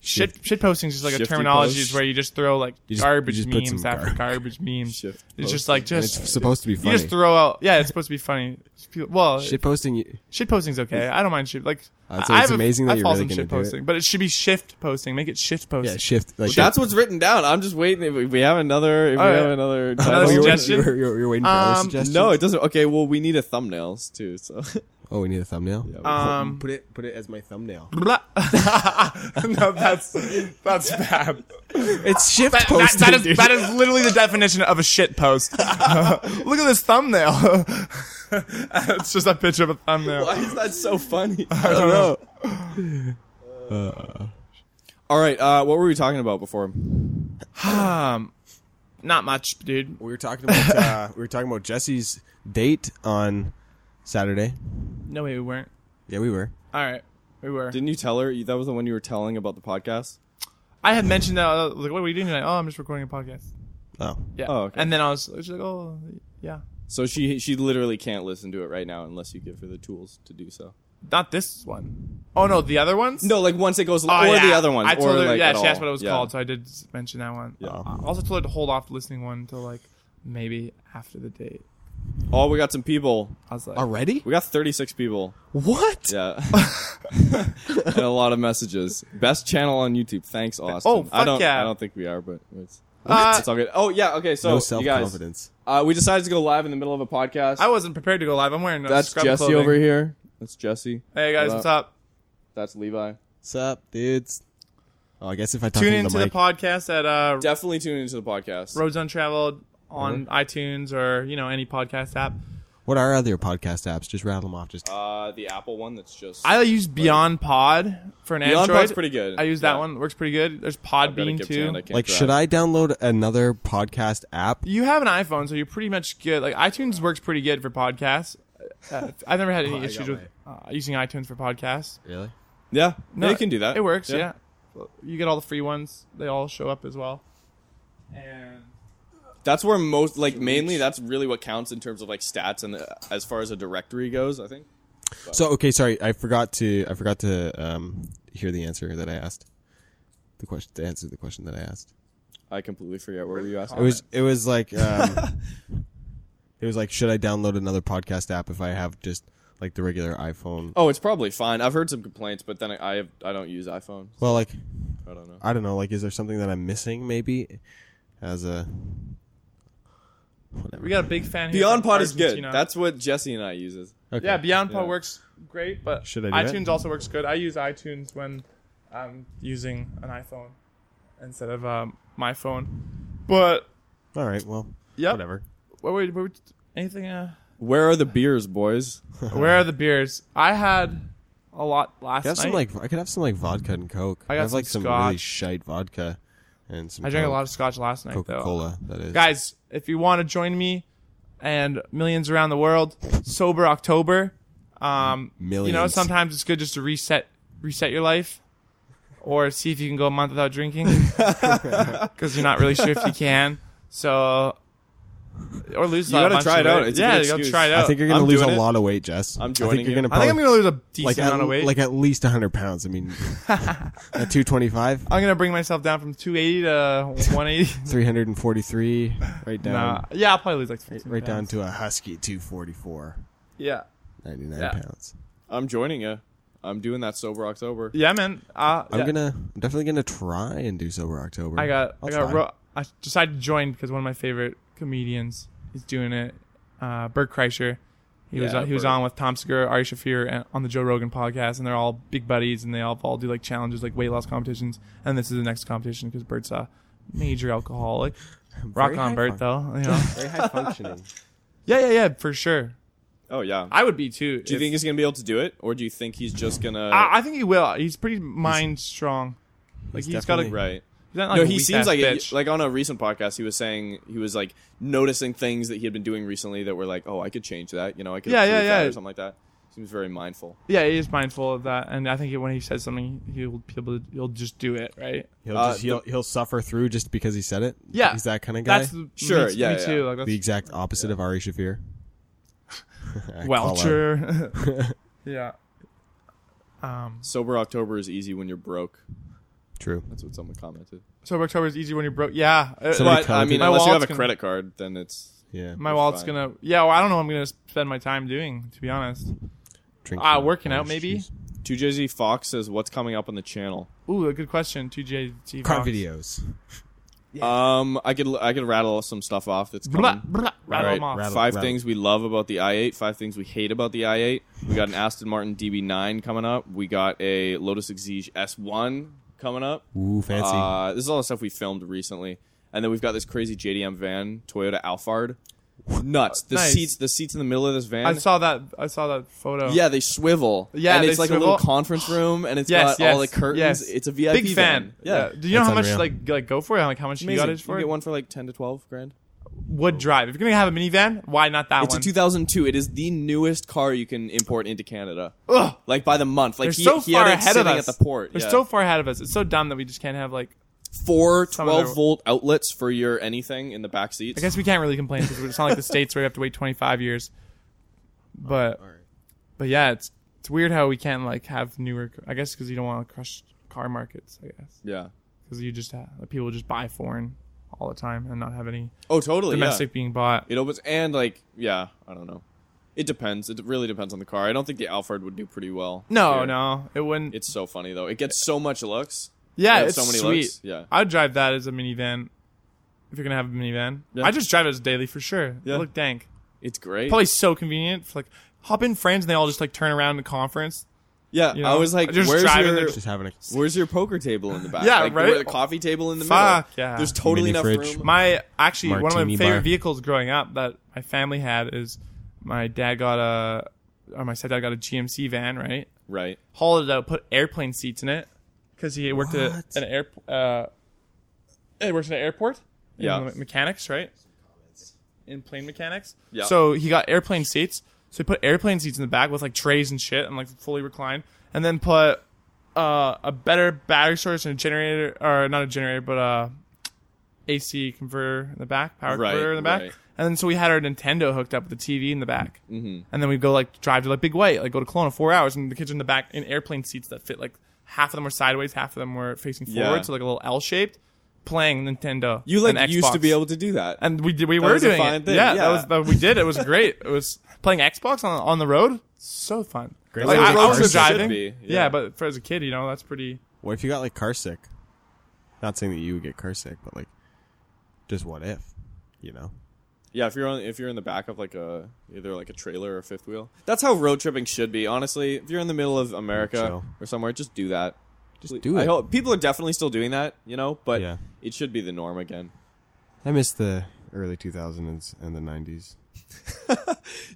C: shit shit posting is just like a
D: Shifty
C: terminology
D: posts.
C: is where you just throw like
A: You just-
C: garbage
A: you just put
C: memes
A: some
C: after
A: gar-
C: garbage memes.
D: Shift
C: it's just like
A: And
C: just
A: it's supposed to be
C: you
A: funny.
C: just throw out. Yeah, it's supposed to be funny. It's pe- Well,
A: Shit posting. you-
C: shit posting's okay. I don't mind shit. Like
A: Uh, so
C: I
A: it's
C: have a-
A: amazing that
C: I
A: you're
C: fall
A: really
C: some
A: gonna
C: shit
A: do it.
C: posting, but it should be shift posting. Make it shift posting.
A: Yeah, shift. Like
D: That's what's written down. I'm just waiting. If we have another, if
C: All
D: we
C: right.
D: have another
A: Oh,
D: title.
A: you're, waiting,
C: suggestion?
A: you're, you're- you're waiting for other
C: Um,
A: suggestions.
D: no, it doesn't. Okay, well, we need a thumbnails too. So
A: Oh, we need a thumbnail.
C: Um,
A: put it put it as my thumbnail.
C: Blah. no, that's that's bad.
A: It's shift
C: That- that-
A: posting.
C: that, is, that is literally the definition of a shit post. Look at this thumbnail. it's just a picture of a thumbnail.
D: why is that so funny? I don't know. Uh, All right, uh, what were we talking about before?
C: Um, not much, dude.
A: we were talking about uh, we were talking about Jesse's date on Saturday.
C: No, wait, we weren't.
A: Yeah, we were.
C: All right, we were.
D: Didn't you tell her you- that was the one you were telling about the podcast?
C: I had mentioned that. uh, Like, what are you doing tonight? Oh, I'm just recording a podcast.
A: Oh,
C: Yeah.
D: Oh, okay.
C: And then I was, she's like, oh, yeah.
D: So she she literally can't listen to it right now unless you give her the tools to do so.
C: Not this one. Oh no, the other ones.
D: No, like once it goes,
C: Oh,
D: or
C: yeah.
D: the other ones,
C: I told
D: or
C: her.
D: like
C: yeah,
D: at
C: she
D: all.
C: asked what it was
D: Yeah.
C: called, so I did s- mention that one.
D: Yeah.
C: I also told her to hold off listening one until like maybe after the date.
D: Oh, we got some people.
C: I was like,
A: already?
D: We got 36 people.
A: What?
D: Yeah, and a lot of messages. Best channel on YouTube. Thanks, Austin.
C: Oh, fuck
D: I don't,
C: yeah.
D: I don't think we are, but it's,
C: Uh,
D: it's all good. Oh yeah, okay. So
A: no
D: you
A: self
D: guys,
A: confidence.
D: uh, we decided to go live in the middle of a podcast.
C: I wasn't prepared to go live. I'm wearing a
D: That's
C: scrub
D: Jesse
C: clothing.
D: over here. That's Jesse.
C: Hey guys,
D: Hello.
C: what's up?
D: That's Levi.
A: What's up, dudes? Oh, I guess if I talk
C: Tune
A: into
C: into
A: the,
C: the,
A: mic,
C: podcast at uh,
D: Definitely tune into the podcast.
C: Roads Untraveled on iTunes or you know any podcast app.
A: what are other podcast apps? Just rattle them off. Just
D: Uh, the Apple one. That's just
C: I use Beyond Pod for an
D: Beyond
C: Android.
D: Pod's pretty good.
C: I use that
D: Yeah.
C: one. Works pretty good. There's
D: I've gotta
C: Podbean
D: give
C: too.
D: Tan, I can't
A: like,
D: drive.
A: should I download another podcast app?
C: you have an iPhone, so you're pretty much good. Like iTunes works pretty good for podcasts. Uh, I've never had any issues
A: got
C: with uh, using iTunes for podcasts.
A: Really?
D: Yeah, no, you can do that.
C: It works. Yeah. you get all the free ones. They all show up as well. And
D: That's where most, like, mainly that's really what counts in terms of like stats and uh, as far as a directory goes. I think.
A: So okay, sorry, I forgot to I forgot to um, hear the answer that I asked. The question to answer the question that I asked.
D: I completely forget where were you asking.
A: It was it was like um, it was like should I download another podcast app if I have just like the regular iPhone?
D: Oh, it's probably fine. I've heard some complaints, but then I I, have, I don't use iPhone.
A: Well, like
D: I don't know.
A: I don't know, like is there something that I'm missing maybe as a
C: we got a big fan here.
D: Beyond
C: from
D: Pod is good.
C: Argentina.
D: That's what Jesse and I uses.
A: okay.
C: yeah. Beyond Pod
D: Yeah.
C: works great, but
A: Should I do
C: iTunes
A: it?
C: also works good. I use iTunes when I'm using an iPhone instead of um, my phone. But
A: All right, well,
C: yeah,
A: whatever.
C: What were, what were anything? Uh,
D: Where are the beers, boys?
C: Where are the beers? I had a lot last
A: I have
C: night.
A: some like I could have some like vodka and coke.
C: I got
A: have like
C: some
A: some really
C: scotch.
A: shite vodka and some.
C: I drank a
A: coke.
C: lot of scotch last night though.
A: Coca-Cola. That is.
C: Guys, if you want to join me and millions around the world, sober October. Um, You know,
A: Millions.
C: sometimes it's good just to reset, reset your life, or see if you can go a month without drinking, because you're not really sure if you can. So, or lose. a
D: You
C: lot of
D: gotta
C: munch
D: try it out.
C: weight.
D: It's a
C: yeah,
D: good
C: you gotta
D: excuse.
C: try uh, it
D: I
C: out.
A: I think you're gonna
D: I'm
A: lose a
D: doing it.
A: lot of weight, Jess.
D: I'm
A: I think
D: joining
A: you're gonna.
D: it.
C: I think I'm
A: probably-
C: gonna lose a decent
A: like
C: amount
A: at,
C: of weight.
A: like at least 100 pounds. I mean, at 225,
C: I'm gonna bring myself down from 280 to 180.
A: 343, right down,
C: nah. Yeah, I'll probably lose like 15
A: right down
C: pounds.
A: to a husky 244,
C: Yeah.
A: 99
C: Yeah.
A: pounds.
D: I'm joining you. I'm doing that sober October.
C: Yeah, man. Uh,
A: I'm
C: yeah.
A: gonna, I'm definitely gonna try and do sober October.
C: I got
A: I'll
C: I got
A: try.
C: ro- I decided to join because one of my favorite comedians is doing it. Uh, Bert Kreischer. He was
D: Yeah,
C: uh, he was
D: Bert.
C: on with Tom Segura, Ari Shafir and, on the Joe Rogan podcast, and they're all big buddies, and they all all do like challenges, like weight loss competitions. And this is the next competition because Bert's a major alcoholic. Rock
A: Very
C: on,
A: high fun-
C: Bert, though. You know.
A: Very high functioning.
C: yeah, yeah, yeah, for sure.
D: Oh yeah.
C: I would be too.
D: do you think he's gonna be able to do it, or do you think he's just gonna?
C: I, I think he will. He's pretty mind strong. Like he's got a.
A: definitely-
D: right.
C: he's not like
D: no,
C: a
D: he
C: weak
D: seems
C: ass
D: like it,
C: bitch.
D: like on a recent podcast, he was saying he was like noticing things that he had been doing recently that were like, oh, I could change that. You know, I could
C: Yeah,
D: improve
C: yeah,
D: that
C: yeah.
D: or something like that. Seems very mindful.
C: Yeah, he is mindful of that, and I think when he says something, he'll be able to. He'll just do it, right?
A: He'll
D: Uh,
A: just, he'll, he'll suffer through just because he said it.
C: Yeah.
A: he's that kind of guy.
C: That's the,
D: Sure,
C: Me,
D: yeah,
C: me
D: yeah.
C: too. Like
A: the
C: that's
A: exact opposite of Ari Shafir. I call out.
C: Welcher. yeah. Um,
D: Sober October is easy when you're broke.
A: True.
D: That's what someone commented.
C: sober October is easy when you're broke. Yeah, uh,
A: Somebody
D: But I mean,
C: My
D: unless you have
C: wallet's
D: a
C: gonna-
D: credit card, then it's
A: Yeah.
C: my wallet's
D: fine.
C: gonna. Yeah, well, I don't know. what I'm gonna spend my time doing, to be honest.
A: Drink
C: Ah,
A: some
C: working out,
A: orange
C: maybe?
A: juice.
D: 2JZ Fox says, "What's coming up on the channel?"
C: Ooh, a good question. Two J T.
A: Car videos.
D: Um, I could I could rattle some stuff off that's coming.
C: Blah, blah, rattle
D: Alright,
C: them off.
A: rattle.
D: Five things we love about the i8, five things we hate about the i8. We got an Aston Martin DB9 coming up. We got a Lotus Exige S1 coming up.
A: Ooh, fancy.
D: Uh, this is all the stuff we filmed recently. And then we've got this crazy JDM van, Toyota Alphard. Nuts. The
C: Nice.
D: seats the seats in the middle of this van.
C: I saw that. I saw that photo.
D: yeah, they swivel.
C: Yeah,
D: and
C: they
D: it's like a little
C: swivel.
D: conference room, and it's
C: Yes,
D: got all the
C: yes,
D: curtains.
C: yes.
D: It's a VIP
C: Big fan.
D: van. Yeah,
C: Do you know
A: That's
C: how much
A: unreal.
C: like like go for it? Like how much you
D: amazing.
C: got it for?
D: you
C: it?
D: get one for like ten to twelve grand.
C: Would drive. If you're gonna have a minivan, why not that
D: It's
C: one?
D: a 2002. It is the newest car you can import into Canada. Like by the month. Like
C: They're
D: he,
C: so
D: he
C: far
D: had it
C: ahead of
D: sitting
C: us.
D: at the port.
C: They're
D: yeah.
C: so far ahead of us. It's so dumb that we just can't have like.
D: four
C: Some of their-
D: 12 volt outlets for your anything in the back seats.
C: I guess we can't really complain because it's not like the states where you have to wait 25 years. But, but yeah, it's it's weird how we can't like have newer. I guess because you don't want to crush car markets. I guess
D: yeah.
C: because you just have, people just buy foreign all the time and not have any
D: Oh, totally. yeah.
C: domestic being bought.
D: It opens and like yeah, I don't know. It depends. It really depends on the car. I don't think the Alphard would do pretty well.
C: No,
D: here.
C: no, it wouldn't.
D: It's so funny though. It gets so much looks.
C: yeah,
D: it has
C: it's
D: so many
C: sweet.
D: looks. Yeah.
C: I'd drive that as a minivan. If you're gonna have a minivan,
D: Yeah.
C: I just drive it as a daily for sure.
D: Yeah.
C: It look dank.
D: It's great.
C: Probably so convenient. For, like hop in friends and they all just like turn around the conference.
D: yeah.
C: you know,
D: I was like,
C: just
D: where's
C: driving
D: your
C: the-
A: Just having a
D: where's your poker table in the back?
C: Yeah,
D: like,
C: right?
D: Where the coffee table in the
C: Fuck,
D: middle.
C: yeah.
D: There's
A: Mini
D: totally enough
A: fridge.
D: room.
C: My actually one of my
A: Martini
C: favorite
A: bar.
C: vehicles growing up that my family had is my dad got a or my stepdad got a GMC van, right?
D: right.
C: Hauled it out, put airplane seats in it because he worked at
A: What?
C: an air. Uh, he works at an airport. in
D: Yeah.
C: me- mechanics, right? In plane mechanics.
D: Yeah.
C: So he got airplane seats. So he put airplane seats in the back with like trays and shit and like fully reclined, and then put uh, a better battery storage and a generator, or not a generator, but a AC converter in the back, power
D: Right,
C: converter in the back.
D: right.
C: And then so we had our Nintendo hooked up with the TV in the back, mm-hmm. and then we'd go like drive to like Big White, like go to Kelowna four hours, and the kids in the back in airplane seats that fit like half of them were sideways, half of them were facing
D: Yeah.
C: forward, so like a little L shaped, playing Nintendo.
D: You like
C: and
D: used to
C: Xbox.
D: be able to do that.
C: and we did, we were
D: was a
C: doing
D: fine
C: it.
D: thing,
C: Yeah,
D: yeah.
C: that was that we did. It was great. it was playing Xbox on on the road. So fun.
A: Great
C: Like,
A: little
C: I, I was
A: cars.
C: driving.
D: Should be,
C: yeah.
D: yeah.
C: but for as a kid, you know, that's pretty.
A: What if you got like car sick? Not saying that you would get car sick, but like, just what if? You know,
D: Yeah, if you're on, if you're in the back of like a either like a trailer or a fifth wheel, that's how road tripping should be. Honestly, if you're in the middle of America
A: Chill.
D: or somewhere, just do that. Just
A: do
D: I
A: it.
D: hope people are definitely still doing that, you know, but
A: Yeah.
D: it should be the norm again.
A: I miss the early 2000s and the 90s.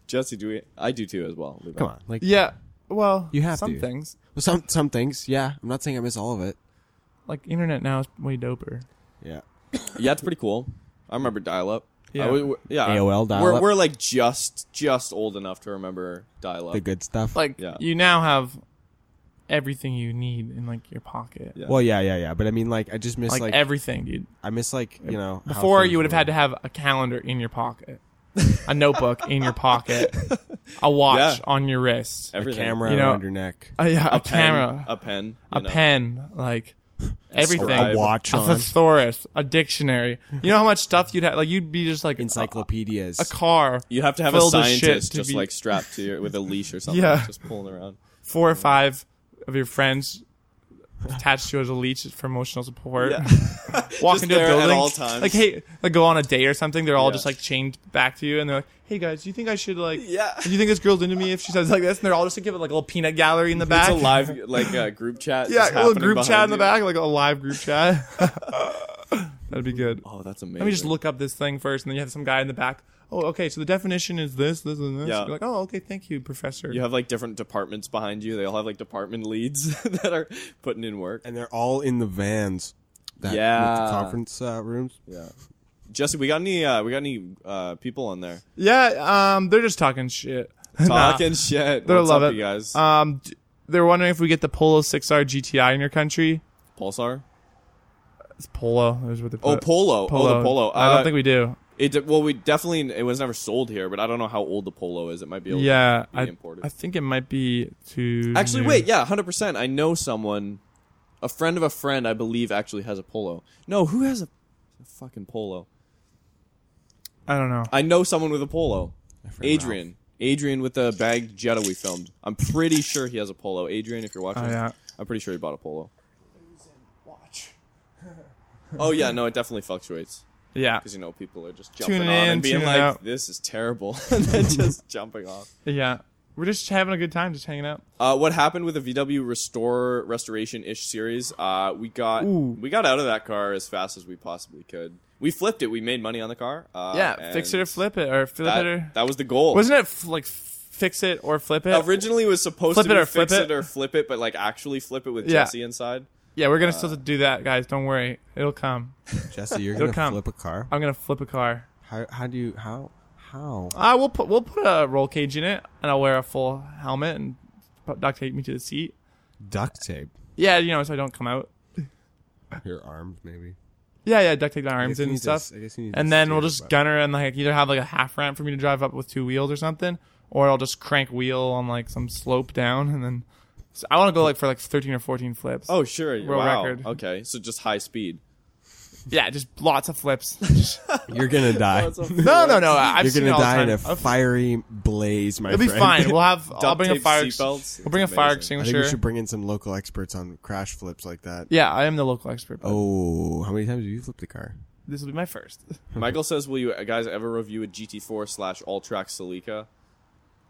D: Jesse, do we? I do too as well. Levi.
E: Come on, like
C: Yeah. Well,
A: You have
C: some
A: to.
C: things
A: Well, some some things, yeah. I'm not saying I miss all of it.
C: like internet now is way doper.
A: Yeah.
D: Yeah, it's pretty cool. I remember dial up.
C: Yeah.
D: yeah.
A: AOL
D: We're,
A: dial-up.
D: we're like just just old enough to remember dial up.
A: The good stuff.
C: Like
D: Yeah.
C: you now have everything you need in like your pocket.
D: Yeah.
A: well, yeah, yeah, yeah. But I mean, like, I just miss
C: Like,
A: like,
C: everything, dude.
A: I miss like you know how
C: Before
A: things
C: you would have
A: were.
C: had to have a calendar in your pocket, a notebook in your pocket, a watch
D: Yeah.
C: on your wrist,
A: a
D: Everything.
A: camera
C: You know-
A: around your neck,
C: a, yeah, a,
D: A pen,
C: camera,
D: A pen.
C: a,
D: you know.
C: pen, like everything.
D: scribe.
A: a watch
C: a
A: on,
C: thesaurus, a dictionary. You know how much stuff you'd have? Like you'd be just like
A: encyclopedias.
C: a car,
D: You have to have a
C: Filled with shit
D: scientist
C: to
D: just
C: be-
D: like strapped to your with a leash or something,
C: Yeah.
D: just pulling around.
C: four or five of your friends attached to it as a leech for emotional support.
D: Yeah.
C: Walk
D: Just
C: into a
D: there at
C: building,
D: all times.
C: like hey, like go on a date or something. They're all
D: Yeah.
C: just like chained back to you, and they're like, "Hey guys, do you think I should like?
D: Yeah.
C: Do you think this girl's into me if she says like this?" And they're all just like, give it like a little peanut gallery in the back.
D: It's a live like uh, group chat.
C: yeah,
D: just
C: a little
D: happening
C: group
D: behind
C: chat in the
D: you.
C: back, like a live group chat. That'd be good.
D: Oh, that's amazing.
C: Let me just look up this thing first, and then you have some guy in the back. Oh, okay. So the definition is this, this, and this.
D: Yeah.
C: You're like, oh, okay. Thank you, professor.
D: You have like different departments behind you. They all have like department leads that are putting in work.
A: and they're all in the vans. That, with
D: Yeah.
A: the conference uh, rooms.
D: Yeah. Jesse, we got any uh, we got any uh, people on there
C: Yeah, um, they're just talking shit. Nah.
D: talking shit?
C: They'll
D: What's
C: love
D: up,
C: it.
D: you guys.
C: Um, d- they're wondering if we get the Polo 6R GTI in your country. uh,
D: Pulsar.
C: It's Polo. Is what they
D: Oh,
C: put.
D: Polo. Oh, the Polo.
C: I
D: Uh,
C: don't think we do.
D: It de- well, we definitely it was never sold here, but I don't know how old the Polo is. It might be old.
C: Yeah,
D: be
C: I,
D: imported.
C: I think it might be too.
D: Actually,
C: new.
D: wait, yeah, hundred percent. I know someone, a friend of a friend, I believe, actually has a Polo. No, who has a, a fucking Polo?
C: I don't know.
D: I know someone with a Polo.
A: friend
D: Adrian. Adrian with the bagged Jetta we filmed. I'm pretty sure he has a Polo. Adrian, if you're watching,
C: Oh, yeah.
D: I'm pretty sure he bought a Polo. oh yeah, no, it definitely fluctuates.
C: Yeah,
D: because you know people are just jumping
C: Tuning
D: on
C: in,
D: and being
C: tuning
D: like,
C: out.
D: "This is terrible," and then just jumping off.
C: yeah. We're just having a good time, just hanging out.
D: Uh, what happened with the VW restore restoration ish series? Uh, we got
C: Ooh.
D: we got out of that car as fast as we possibly could. We flipped it. We made money on the car. Uh,
C: yeah, fix it
D: and
C: or flip it, or flip
D: That,
C: it or
D: that was the goal.
C: wasn't it f- like f- fix it or flip it?
D: Originally it was supposed
C: Flip
D: to be
C: it or flip
D: fix
C: it?
D: it or flip it, but like actually flip it with
C: Yeah.
D: Jesse inside.
C: yeah, we're gonna
D: Uh.
C: still do that, guys. Don't worry, it'll come.
A: Jesse, you're
C: It'll
A: gonna
C: come.
A: flip a car.
C: I'm gonna flip a car.
A: How how do you how how?
C: I will put we'll put a roll cage in it, and I'll wear a full helmet and put duct tape me to the seat.
A: Duct tape
C: Yeah, you know, so I don't come out.
A: your arms, maybe.
C: Yeah, yeah, duct tape my
A: I guess
C: arms
A: you
C: in
A: need
C: and
A: to s-
C: stuff.
A: I guess you need to
C: And then
A: steer
C: we'll
A: it,
C: just
A: but-
C: gunner and like either have like a half ramp for me to drive up with two wheels or something, or I'll just crank wheel on like some slope down, and then so I want to go like for like 13 or 14 flips.
D: Oh sure,
C: World
D: wow.
C: record.
D: Okay, so just high speed.
C: yeah, just lots of flips.
A: You're gonna die.
C: no, no, no. I- I've
A: You're
C: seen
A: gonna
C: it all the
A: die in
C: time.
A: a
C: I'll-
A: fiery blaze, my
C: It'll be
A: friend.
C: fine. We'll have. I'll
D: Duct
C: bring a
D: tape,
C: fire.
D: seatbelts.
C: We'll bring a
D: It's
C: fire
D: amazing.
A: I
C: extinguisher.
A: think we should bring in some local experts on crash flips like that.
C: yeah, I am the local expert. but
A: Oh, how many times have you flipped a car?
C: this will be my first.
D: Michael says, "Will you guys ever review a GT4 slash all track Celica?"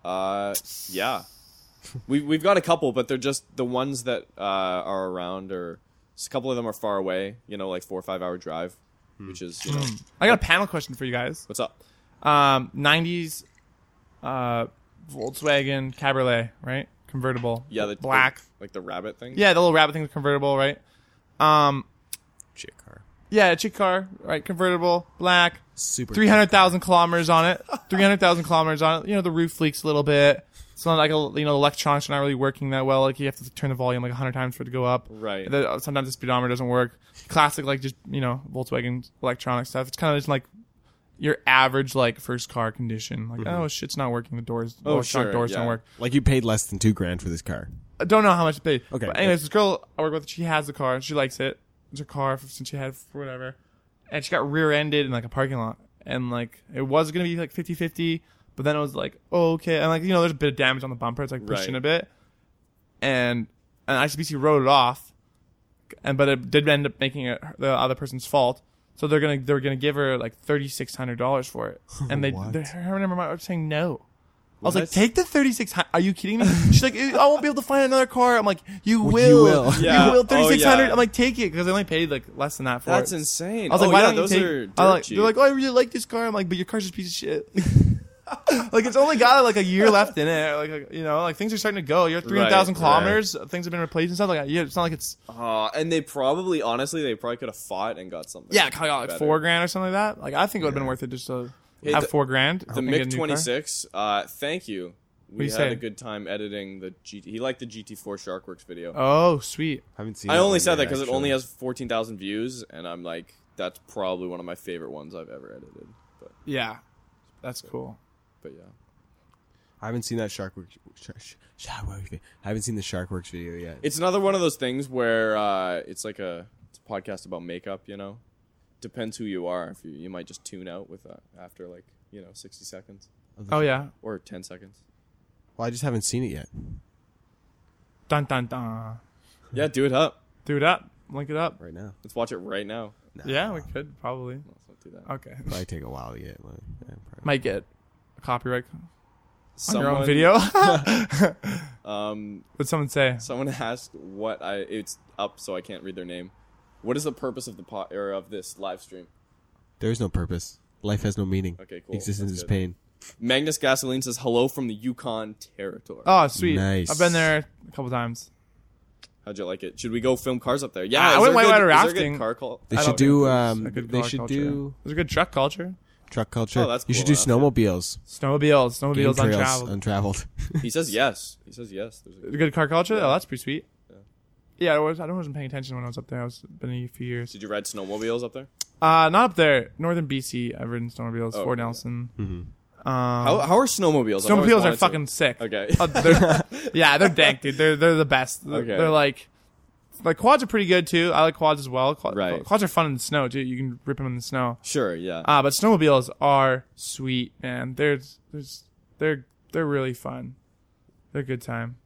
D: Uh, yeah, we we've got a couple, but they're just the ones that uh, are around, or s- a couple of them are far away. You know, like four or five hour drive, which is you know
C: I
A: Oh.
C: got a panel question for you guys.
D: what's up.
C: Um, 90s uh, Volkswagen Cabriolet, right? Convertible.
D: Yeah, the
C: black.
D: the- like the rabbit thing.
C: Yeah, the little rabbit thing's convertible, right? Um,
A: Chick car.
C: yeah, chick car, right? Convertible, black,
A: Super.
C: three hundred thousand kilometers on it. Three hundred thousand kilometers on it. You know, the roof leaks a little bit. It's not like a, you know, the electronics are not really working that well. Like you have to turn the volume like hundred times for it to go up.
D: Right.
C: The- sometimes the speedometer doesn't work. Classic, like just you know, Volkswagen electronic stuff. It's kind of just like your average like first car condition. Like oh shit's not working. The doors, the
D: Mm-hmm. Oh,
C: electronic
D: sure,
C: doors
D: yeah.
C: don't work.
A: Like you paid less than two grand for this car.
C: I don't know how much it paid.
A: Okay.
C: But anyways, this girl I work with, she has the car. She likes it. It's her car f- since she had f- whatever. And she got rear-ended in like a parking lot. And like it was gonna be like 50-50, but then it was like, oh okay. And like you know, there's a bit of damage on the bumper. It's like pushing
D: Right.
C: a bit. And and ICBC wrote it off. And but it did end up making it her- the other person's fault. So they're gonna they're gonna give her like thirty six hundred dollars for it. And they
A: What?
C: they're, her and her mom are saying no. I was like,
D: What?
C: take the 3600. Are you kidding me? She's like, I won't be able to find another car. I'm like, you will.
A: you will.
C: You
D: Yeah.
C: will.
D: Oh,
C: 3600.
D: yeah.
C: I'm like, take it because I only paid like less than that for
D: that's
C: it.
D: insane.
C: I was like,
D: oh,
C: why
D: yeah,
C: don't
D: those
C: you take
D: are dirt
C: I like,
D: cheap.
C: They're like, oh, I really like this car. I'm like, but your car's just a piece of shit. like it's only got like a year left in it. Like you know, like things are starting to go. You're at three hundred thousand
D: Right,
C: kilometers. Things have been replaced and stuff like that. Yeah, it's not like it's
D: Uh, and they probably, honestly, they probably could have fought and got something.
C: yeah, kind of like
D: better.
C: four grand or something like that. Like I think it would have been worth it just to
D: Hey,
C: have
D: the-
C: four grand.
D: The
C: and get a
D: MiG
C: new car.
D: 26. Uh, thank you. We
C: you
D: had a
C: saying?
D: good time editing the GT. He liked the GT4 Sharkworks video.
C: Oh, sweet.
E: haven't seen.
D: I only
E: one
D: said that
E: yet,
D: because it
E: actually.
D: only has 14,000 views, and I'm like, that's probably one of my favorite ones I've ever edited. But,
C: Yeah, that's cool.
D: but yeah.
E: I haven't seen that Sharkworks. Sh- sh- Sharkworks. video. I haven't seen the Sharkworks video yet.
D: It's another one of those things where uh, it's like a, it's a podcast about makeup, you know? Depends who you are. If you, you might just tune out with that after like, you know, 60 seconds
C: Oh yeah,
D: or 10 seconds.
E: well, I just haven't seen it yet.
C: dun dun dun.
D: Yeah, do it up.
C: Do it up. Link it up.
E: Right now,
D: Let's watch it right now.
C: Yeah, we could probably.
D: Let's not do that.
C: Okay,
E: probably take a while to get. Like, yeah, probably.
C: might get a copyright on
D: Someone,
C: your own video.
D: Um,
C: What'd someone say?
D: someone asked what I. It's up, so I can't read their name. What is the purpose of the pot or of this live stream?
E: There is no purpose. Life has no meaning.
D: Okay, cool.
E: Existence
D: That's
E: is
D: good.
E: pain.
D: Magnus Gasoline says hello from the Yukon territory.
C: Oh, sweet.
E: Nice.
C: I've been there a couple times.
D: How'd you like it? Should we go film cars up there?
C: Ah,
D: Yeah,
C: I
D: is
C: went
D: there
C: white
D: good-
C: water
D: is there good
C: rafting.
D: Car call-
E: They
C: I
E: should
C: don't
E: do.
C: think
E: Um,
C: there's a good
E: they
C: car
E: should
C: culture.
E: do
C: There's a good truck culture.
E: truck culture.
D: Oh, that's
E: you should do
D: cool. That's it.
E: snowmobiles.
C: Snowmobiles,
E: Game
C: snowmobiles
E: trails,
C: untraveled.
E: untraveled.
D: he says yes. He says yes. There's a-
C: A good car culture. Oh, that's pretty sweet.
D: Yeah.
C: Yeah, I was. I wasn't paying attention when I was up there. I was been a few years.
D: Did you ride snowmobiles up there?
C: Uh, not up there. Northern BC. I've ridden snowmobiles.
D: Oh,
C: Fort
D: okay, yeah.
C: Nelson.
E: Hmm.
D: How, how are snowmobiles? I've always
C: Uh, Snowmobiles
D: wanted
C: are
D: to-
C: fucking sick.
D: Okay.
C: Uh, they're- yeah, they're dank, dude. They're they're the best. They're,
D: Okay.
C: they're like, like quads are pretty good too. I like quads as well. Quad,
D: Right.
C: Quads are fun in the snow too. You can rip them in the snow.
D: Sure. Yeah.
C: Uh, but snowmobiles are sweet, man. They're there's they're they're really fun. They're a good time.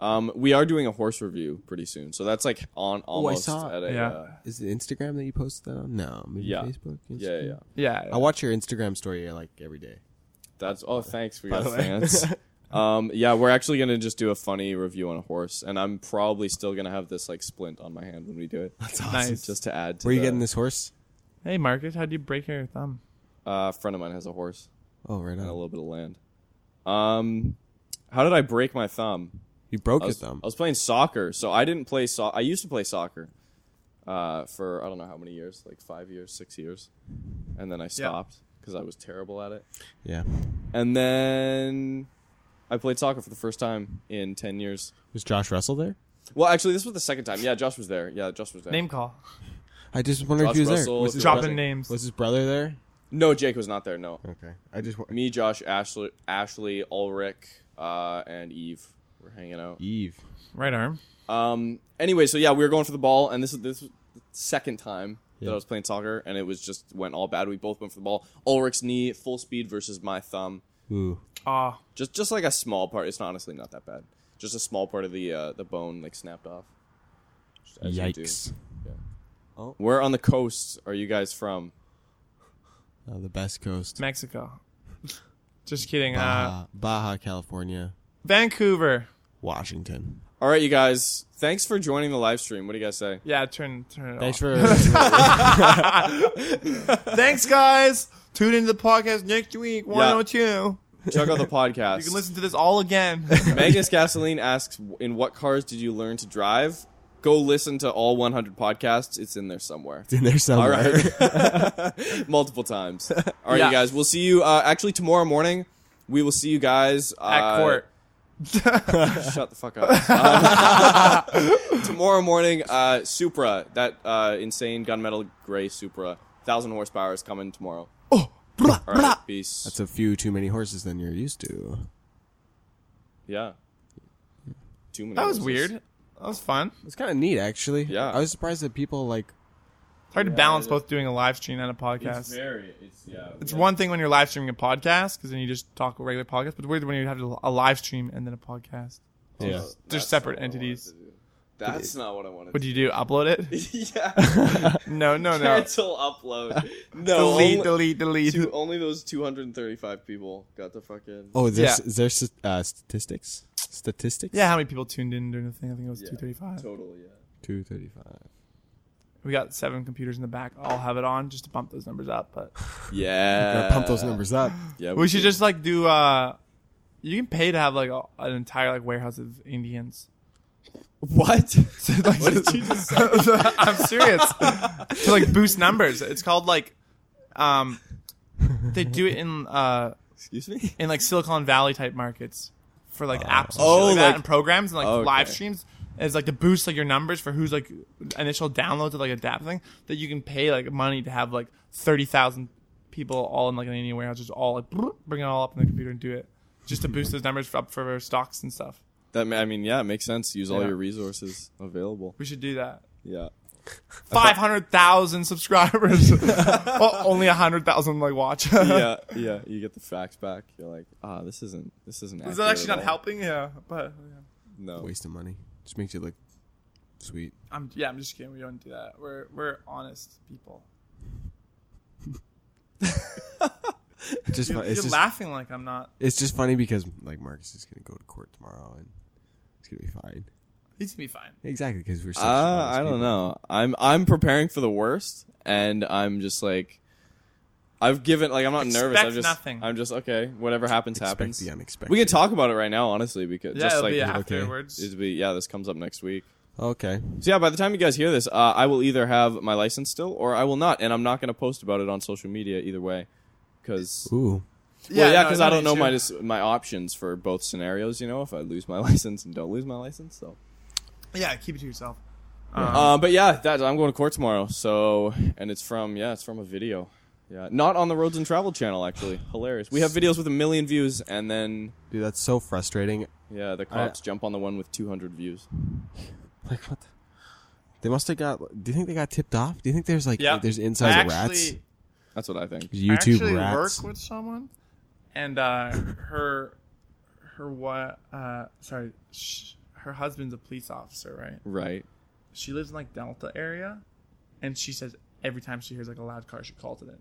D: Um, we are doing a horse review pretty soon, so that's like on almost
E: saw-
D: at a
C: Yeah.
D: uh,
E: is it Instagram that you posted that on? No, maybe
D: Yeah.
E: Facebook. Instagram?
D: yeah, yeah.
C: Yeah.
E: I watch your Instagram story like every day.
D: That's oh, thanks for
E: the
D: your
E: way.
D: fans. um, yeah, we're actually gonna just do a funny review on a horse, and I'm probably still gonna have this like splint on my hand when we do it,
E: That's awesome.
C: Nice.
D: just to add. To
E: Where are you
D: the-
E: getting this horse?
C: hey, Marcus, how'd you break your thumb?
D: Uh, a friend of mine has a horse
E: Oh, right
D: and a
E: on.
D: little bit of land. Um, how did I break my thumb?
E: You broke
D: I
E: your
D: was, oh.
E: thumb.
D: I was playing soccer, so I didn't play so. I used to play soccer, uh, for I don't know how many years, like five years, six years, and then I stopped because I was terrible at it.
E: Yeah.
D: And then I played soccer for the first time in 10 years.
E: Was Josh Russell there?
D: Well, actually, this was the second time. Yeah, Josh was there. Yeah, Josh was there.
C: Name call.
E: I just wondered
D: Josh
E: if he was
D: Russell,
E: there. Was
D: if
E: his,
D: you're
C: Dropping
D: watching.
C: names.
E: was his brother there?
D: No, Jake was not there. No.
E: Okay. I just wa-
D: Me, Josh, Ashley, Ashley Ulrich, uh, and Eve were hanging out.
E: Eve.
C: Right arm.
D: Um, anyway, so yeah, we were going for the ball, and this is this was the second time that
E: Yeah.
D: I was playing soccer, and it was just went all bad. We both went for the ball. Ulrich's knee, full speed versus my thumb.
E: Ooh.
C: Ah,
D: Just just like a small part. It's honestly not that bad. Just a small part of the uh, the bone like snapped off. Just as you do.
E: Yikes.
D: Where on the coast are you guys from?
E: Uh, the best coast.
C: Mexico. Just kidding. Uh,
E: Baja, Baja, California,
C: Vancouver.
E: Washington.
D: All right, you guys. Thanks for joining the live stream. What do you guys say?
C: Yeah, turn turn it
E: Thanks
C: off.
E: for.
C: Thanks, guys. Tune into the podcast next week. 102.
D: Check out the podcast.
C: You can listen to this all again.
D: Magnus Gasoline asks, "In what cars did you learn to drive?" Go listen to all 100 podcasts. It's in there somewhere.
E: in there
D: All
E: somewhere.
D: right, multiple times. All right,
C: Yeah.
D: you guys. We'll see you uh, actually tomorrow morning. We will see you guys uh,
C: At court.
D: Shut the fuck up. Um, tomorrow morning, uh, Supra, that uh, insane gunmetal gray Supra, thousand horsepower is coming tomorrow. Oh, all right, peace.
E: That's a few too many horses than you're used to.
D: Yeah. Too many.
C: That was
D: horses.
C: weird. That was fun.
E: It's kind of neat, actually.
D: Yeah.
E: I was surprised that people like.
C: It's hard to balance
D: it-
C: both doing a live stream and a podcast.
D: It's
C: It's,
D: very. It's yeah. yeah.
C: one thing when you're live streaming a podcast because then you just talk a regular podcast, but it's weird when you have a live stream and then a podcast.
E: Yeah.
C: They're
D: That's
C: separate
D: not what I wanted
C: entities.
D: to do. That's not what I wanted.
C: What do you do? Upload it?
D: do? yeah.
C: No, no, no.
D: Cancel upload. No.
C: Delete,
D: only,
C: delete, delete.
D: two- only those 235 people got the fucking.
E: Oh, is there,
C: Yeah.
E: is there s- uh, statistics? Statistics?
C: Yeah, how many people tuned in during the thing? I think it was 235.
D: Total. Yeah.
E: 235.
C: We got seven computers in the back. I'll have it on just to bump those numbers up. But
D: Yeah.
A: Gotta pump
C: Uh,
A: those numbers up.
D: Yeah,
C: we should just like do. uh You can pay to have like a, an entire like warehouse of Indians.
D: what?
C: Like, I'm serious. to like boost numbers. It's called like, um, they do it in uh
D: Excuse me.
C: in like Silicon Valley type markets for like apps and shit
D: Oh,
C: like, that
D: like-
C: and programs and like
D: okay.
C: live streams as like to boost like your numbers for who's like initial downloads of like a DAP thing that you can pay like money to have like thirty thousand people all in like an Indian warehouse just all like bloop, bring it all up in the computer and do it just to boost those numbers for, up for stocks and stuff.
D: That ma- I mean, yeah, it makes sense. Use all
C: Yeah.
D: your resources available.
C: We should do that.
D: Yeah.
C: Five hundred thousand subscribers, well, only hundred thousand like watch.
D: yeah, yeah. You get the facts back. You're like, ah, this isn't this isn't.
C: Is that
D: accurate
C: actually
D: at
C: not
D: all."
C: helping? Yeah, but yeah.
D: No.
A: Waste of money. Just makes it look sweet.
C: I'm yeah, I'm just kidding. We don't do that. We're we're honest people.
A: It's just,
C: You,
A: fu-
C: are
A: it's just,
C: laughing like I'm not.
A: it's just funny because like Marcus is gonna go to court tomorrow and it's gonna be fine.
C: He's gonna be fine.
A: Exactly because we're. Such
D: Uh,
A: honest
D: I don't
A: people.
D: know. I'm I'm preparing for the worst, and I'm just like, I've given like I'm not nervous.
C: Expect
D: I'm just
C: nothing.
D: I'm just okay. Whatever happens,
A: Expect
D: happens.
A: the unexpected.
D: We can talk about it right now, honestly, because
C: Yeah,
D: just
C: it'll
D: like
C: be
D: it'll
C: afterwards.
D: be yeah, this comes up next week.
A: Okay.
D: So yeah, by the time you guys hear this, uh, I will either have my license still, or I will not, and I'm not going to post about it on social media either way, because
A: Ooh.
D: well, yeah,
C: no,
D: because
C: no
D: I don't
C: need
D: know
C: to.
D: my dis- my options for both scenarios. You know, if I lose my license and don't lose my license, so.
C: Yeah, keep it to yourself.
D: Uh, but yeah, that, I'm going to court tomorrow. So, and it's from yeah, it's from a video. Yeah, not on the Roads and Travel channel actually. Hilarious. We have videos with a million views, and then
A: Dude, that's so frustrating.
D: yeah, the cops jump on the one with 200 views.
A: Like what? The, they must have got. Do you think they got tipped off? Do you think there's like
C: Yeah,
A: there's
C: I
A: inside
C: actually,
A: rats?
D: That's what I think.
C: I
A: YouTube
C: actually
A: rats.
C: work with someone, and uh, her her what? Uh, sorry, sh- her husband's a police officer, right?
D: Right.
C: She lives in like Delta area, and she says every time she hears like a loud car, she calls it in.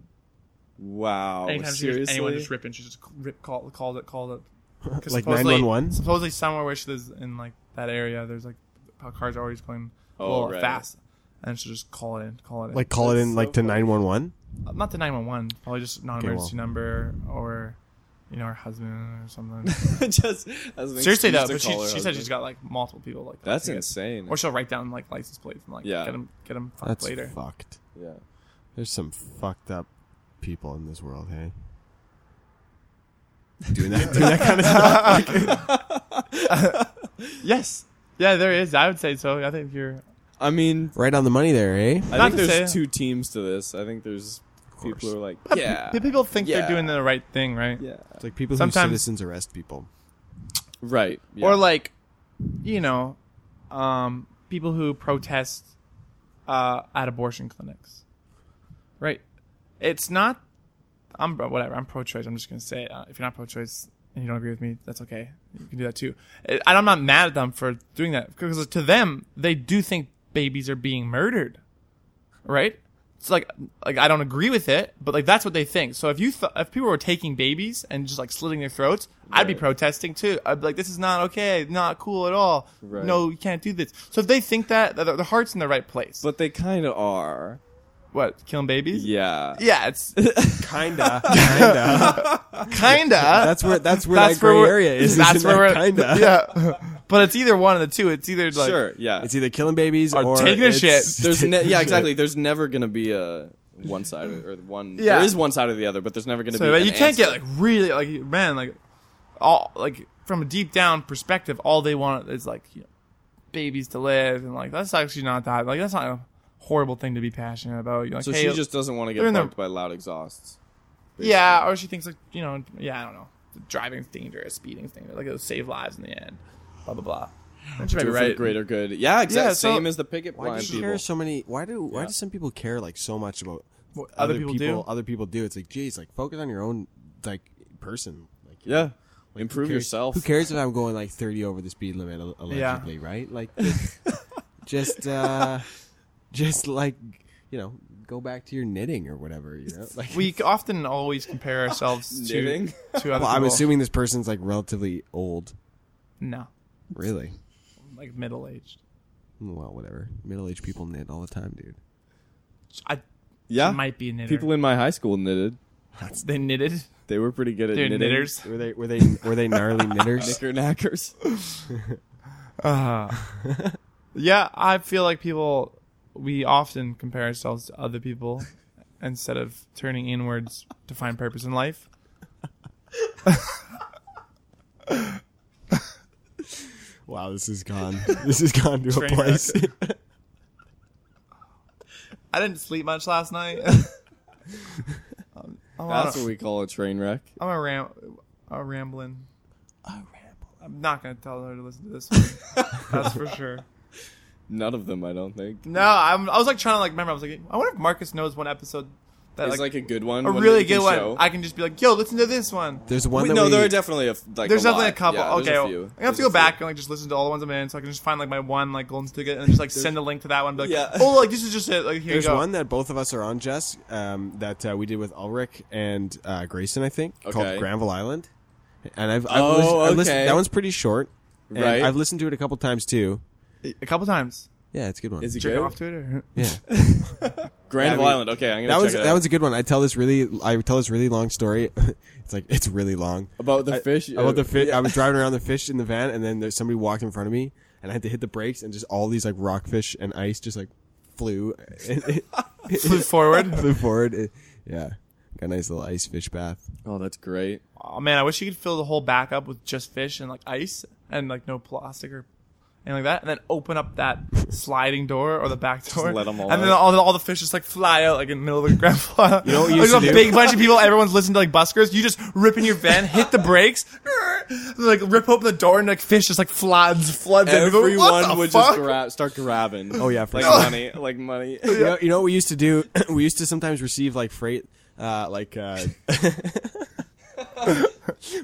D: Wow.
C: Anytime she hears
D: Oh, seriously.
C: anyone just ripping, she just c- rip call calls it calls it. 'Cause
A: Like
C: supposedly-
A: 911?
C: Supposedly somewhere where she lives in like that area, there's like how cars are always going a
D: Oh,
C: little
D: right.
C: fast, and she'll just call it in, call it in,
A: Like call it
D: That's
A: in
D: so
A: like to
D: funny.
A: nine one one.
C: Uh, not the nine one one, probably just non-emergency
A: well.
C: number or you know her husband or something.
D: just as an
C: Seriously
D: excuse
C: though,
D: to
C: but she,
D: call her
C: she said she's
D: husband.
C: got like multiple people like that.
D: That's
C: I guess.
D: insane.
C: Or she'll write down like license plates and like
D: Yeah.
C: get them get them fucked
A: That's
C: later.
A: fucked.
D: yeah.
A: There's some fucked up people in this world. Hey. Doing that, doing that kind of stuff.
C: Yes, yeah, there is. I would say so. I think you're.
D: I mean,
A: Right on the money there, eh?
D: I
C: Not
D: think
C: to
D: there's
C: say-
D: two teams to this. I think there's
A: course.
D: people who are like, yeah,
C: People think
D: Yeah.
C: they're doing the right thing, right?
D: yeah,
A: It's like people who
C: Sometimes-
A: citizens arrest people.
D: right, yeah.
C: or like you know um people who protest uh at abortion clinics right it's not i'm whatever i'm pro-choice i'm just gonna say it. Uh, if you're not pro-choice and you don't agree with me that's okay you can do that too Uh, and i'm not mad at them for doing that because to them they do think babies are being murdered right it's like like I don't agree with it, but like that's what they think. So if you th- if people were taking babies and just like slitting their throats, I'd be
D: Right.
C: protesting too. I'd be like, this is not okay, not cool at all.
D: Right.
C: No, you can't do this. So if they think that, th- th- their heart's in the right place.
D: but they kind of are.
C: what killing babies?
D: Yeah,
C: yeah, it's
A: Kinda, kinda.
C: kinda.
A: That's where that's where
C: That's
A: that gray
C: we're-
A: area is. is
C: That's
A: in
C: where
A: that
C: we're
A: kinda.
C: Yeah, but it's either one of the two. It's either like
D: sure, yeah.
A: It's either killing babies or,
C: Or taking a
A: it's-
C: shit.
D: There's ne- yeah, exactly. There's never gonna be a one side or or one.
C: Yeah.
D: There is one side or the other, but there's never gonna
C: So
D: be.
C: but you
D: an
C: can't get
D: answer.
C: like really like man like all like from a deep down perspective, all they want is like you know, babies to live and like that's actually not that like that's not a horrible thing to be passionate about. You're like,
D: So
C: hey,
D: she just doesn't want to
C: they're
D: get
C: in the-
D: bumped by loud exhausts.
C: yeah, or she thinks like you know yeah I don't know driving's dangerous, speeding's dangerous, like it'll save lives in the end, blah blah blah. And she might
D: Do
C: be
D: it for the
C: right.
D: greater good. Yeah, exactly.
C: Yeah, so-
D: Same as the picket
A: Why
D: line
A: do you
D: people.
A: care so many? Why do why
D: Yeah.
A: do some people care like so much about
C: What other people do?
A: Other people do. It's like, geez, like focus on your own like person. Like, who
D: yeah, improve
A: cares-
D: yourself.
A: Who cares if I'm going like 30 over the speed limit al- allegedly, right? Like, just- just uh, just like you know, go back to your knitting or whatever. You know, like
C: We often always compare ourselves to
D: Knitting?
C: to other people.
A: Well, I'm assuming this person's like relatively old.
C: no,
A: Really?
C: like middle aged.
A: Well, whatever. Middle aged people knit all the time, dude.
C: I
D: Yeah,
C: might be a knitter.
D: people in my high school knitted.
C: they knitted.
D: They were pretty good at
C: They're
D: knitting.
C: knitters.
A: Were they were they were they gnarly knitters?
D: Knickerknackers.
C: Uh, yeah, I feel like people we often compare ourselves to other people instead of turning inwards to find purpose in life.
A: Wow, this is gone. This has gone to a
C: Train
A: place.
C: I didn't sleep much last night. I'm, I'm, on
D: That's
C: a-
D: what we call a train wreck.
C: I'm a ram, a rambling. I'm not gonna tell her to listen to this. One. That's for sure.
D: None of them, I don't think.
C: No, I'm, I was like trying to like remember. I was like, I wonder if Marcus knows one episode that
D: It's like, a good one.
C: a
D: one that
C: really
D: you can
C: good one.
D: show.
C: I can just be like, yo, listen to this one.
A: There's one
D: We-
A: that
D: no,
A: we,
D: there are definitely a f- like.
C: There's
D: a
C: definitely
D: lot.
C: a couple.
D: Yeah, there's
C: okay,
D: a few.
C: I have
D: There's
C: to
D: a
C: go
D: few.
C: back and like just listen to all the ones I'm in, so I can just find like my one like golden ticket and just like send a link to that one. And be like,
D: Yeah.
C: oh, like this is just it. Like here
A: There's
C: you go.
A: one that both of us are on, Jess, um, that uh, we did with Ulrich and uh, Grayson, I think,
D: Okay.
A: called Granville Island. And I've, I've,
D: Oh,
A: listened, I've listened-
D: okay.
A: that one's pretty short. and
D: Right.
A: I've listened to it a couple times too.
C: a couple times.
A: Yeah, it's a good one.
D: Is it
C: Jerk
D: good?
C: off Twitter.
A: yeah.
D: Grand
A: Yeah, I mean,
D: Island. Okay, I'm gonna
A: that
D: check
A: was
D: it out.
A: that was a good one. I tell this really I tell this really long story. it's like it's really long.
D: about the
A: I-
D: fish.
A: about the fish. I was driving around the fish in the van, and then there's somebody walked in front of me, and I had to hit the brakes, and just all these like rockfish and ice just like flew,
C: Flew forward.
A: flew forward. It- yeah, got a nice little ice fish bath.
D: Oh, that's great.
C: Oh man, I wish you could fill the whole back up with just fish and like ice and like no plastic or anything like that, and then open up that sliding door or the back door,
D: let 'em all
C: and then
D: out.
C: all the, all the fish just like fly out like in the middle of the grand final. You
A: know what you
C: like,
A: used to
C: a
A: do?
C: big bunch of people, everyone's listening to like buskers. You just rip in your van, hit the brakes, and, like rip open the door, and like fish just like floods, floods in. You go, "What the
D: Everyone would
C: fuck?"
D: just grab, start grabbing.
A: Oh, yeah, for
D: like
A: sure.
D: money, like money.
A: You know, you know what we used to do? we used to sometimes receive like freight, uh, like. Uh,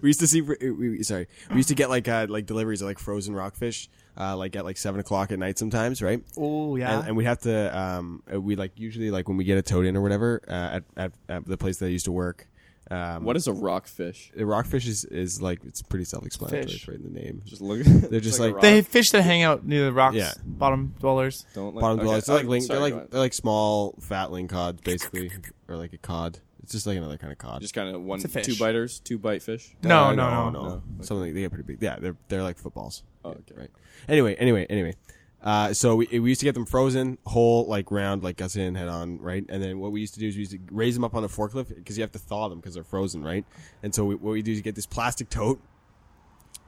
A: we used to see. We, we- sorry, we used to get like uh, like deliveries of like frozen rockfish, uh, like at like seven o'clock at night sometimes, right?
C: Oh yeah.
A: and, and we'd have to um uh, we like usually like when we get a toad in or whatever uh, at, at at the place that I used to work. Um,
D: What is a rockfish?
A: the rockfish is is like it's pretty self-explanatory
C: Fish.
A: it's right in the name. Just
D: Just look.
A: They're just like-
C: they fish that hang out near the rocks,
A: Yeah.
C: bottom dwellers.
D: don't like,
A: bottom
D: okay.
A: dwellers. They're like
D: Oh,
A: ling-
D: sorry,
A: they're
D: go on.
A: like they're like small fat ling cods basically, or like a cod. It's just like another kind of cod.
D: just kind of one
C: a fish.
D: two biters, two bite fish.
C: No,
A: Uh,
C: no, no,
A: no, Something like, they get pretty big. Yeah, they're they're like footballs.
D: Oh, okay.
A: right. Anyway, anyway, anyway. Uh, so we, we used to get them frozen, whole, like round, like us in, head on, right? And then what we used to do is we used to raise them up on a forklift because you have to thaw them because they're frozen, right? And so we, what we do is you get this plastic tote,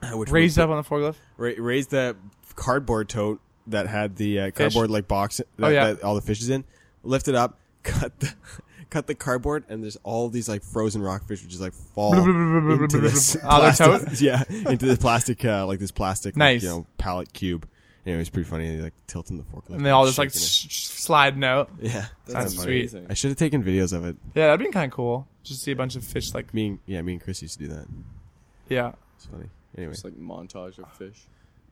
A: uh, which we
C: Raised
A: put-
C: up on the forklift.
A: ra- raise the cardboard tote that had the uh, cardboard like box that,
C: Oh, yeah.
A: that all the fish is in. Lift it up, cut the cut the cardboard, and there's all these like frozen rockfish which just like fall into this
C: Oh, they're
A: plastic, yeah, into this plastic uh, like this plastic like,
C: Nice.
A: you know pallet cube. Anyway, it's pretty funny. They, like tilting the forklift,
C: And they all just like
A: shaking
C: sh- sh- sliding out.
A: it. yeah.
C: That's
D: That's
C: sweet.
D: amazing.
A: I should have taken videos of it.
C: Yeah, that'd be kind of cool. Just see a bunch of fish, like
A: Me, and, yeah, me and Chris used to do that.
C: yeah.
A: It's funny. Anyway,
D: Just like montage of fish.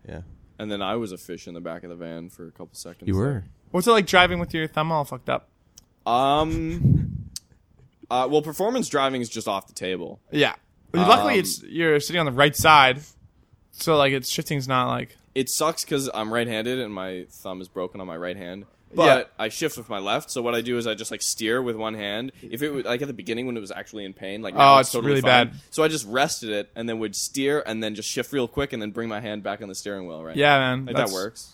A: yeah,
D: And then I was a fish in the back of the van for a couple seconds.
A: you were.
C: What's it like driving with your thumb all fucked up?
D: Um. Uh, well, performance driving is just off the table.
C: Yeah. Luckily,
D: Um,
C: it's you're sitting on the right side, so like it's shifting's not like
D: It sucks because I'm right-handed and my thumb is broken on my right hand. But I shift with my left, so what I do is I just like steer with one hand. If it was like at the beginning when it was actually in pain, like now
C: Oh,
D: it's,
C: it's
D: totally
C: really
D: fine.
C: bad.
D: So I just rested it and then would steer and then just shift real quick and then bring my hand back on the steering wheel. Right?
C: yeah, man.
D: like
C: that's-
D: that works.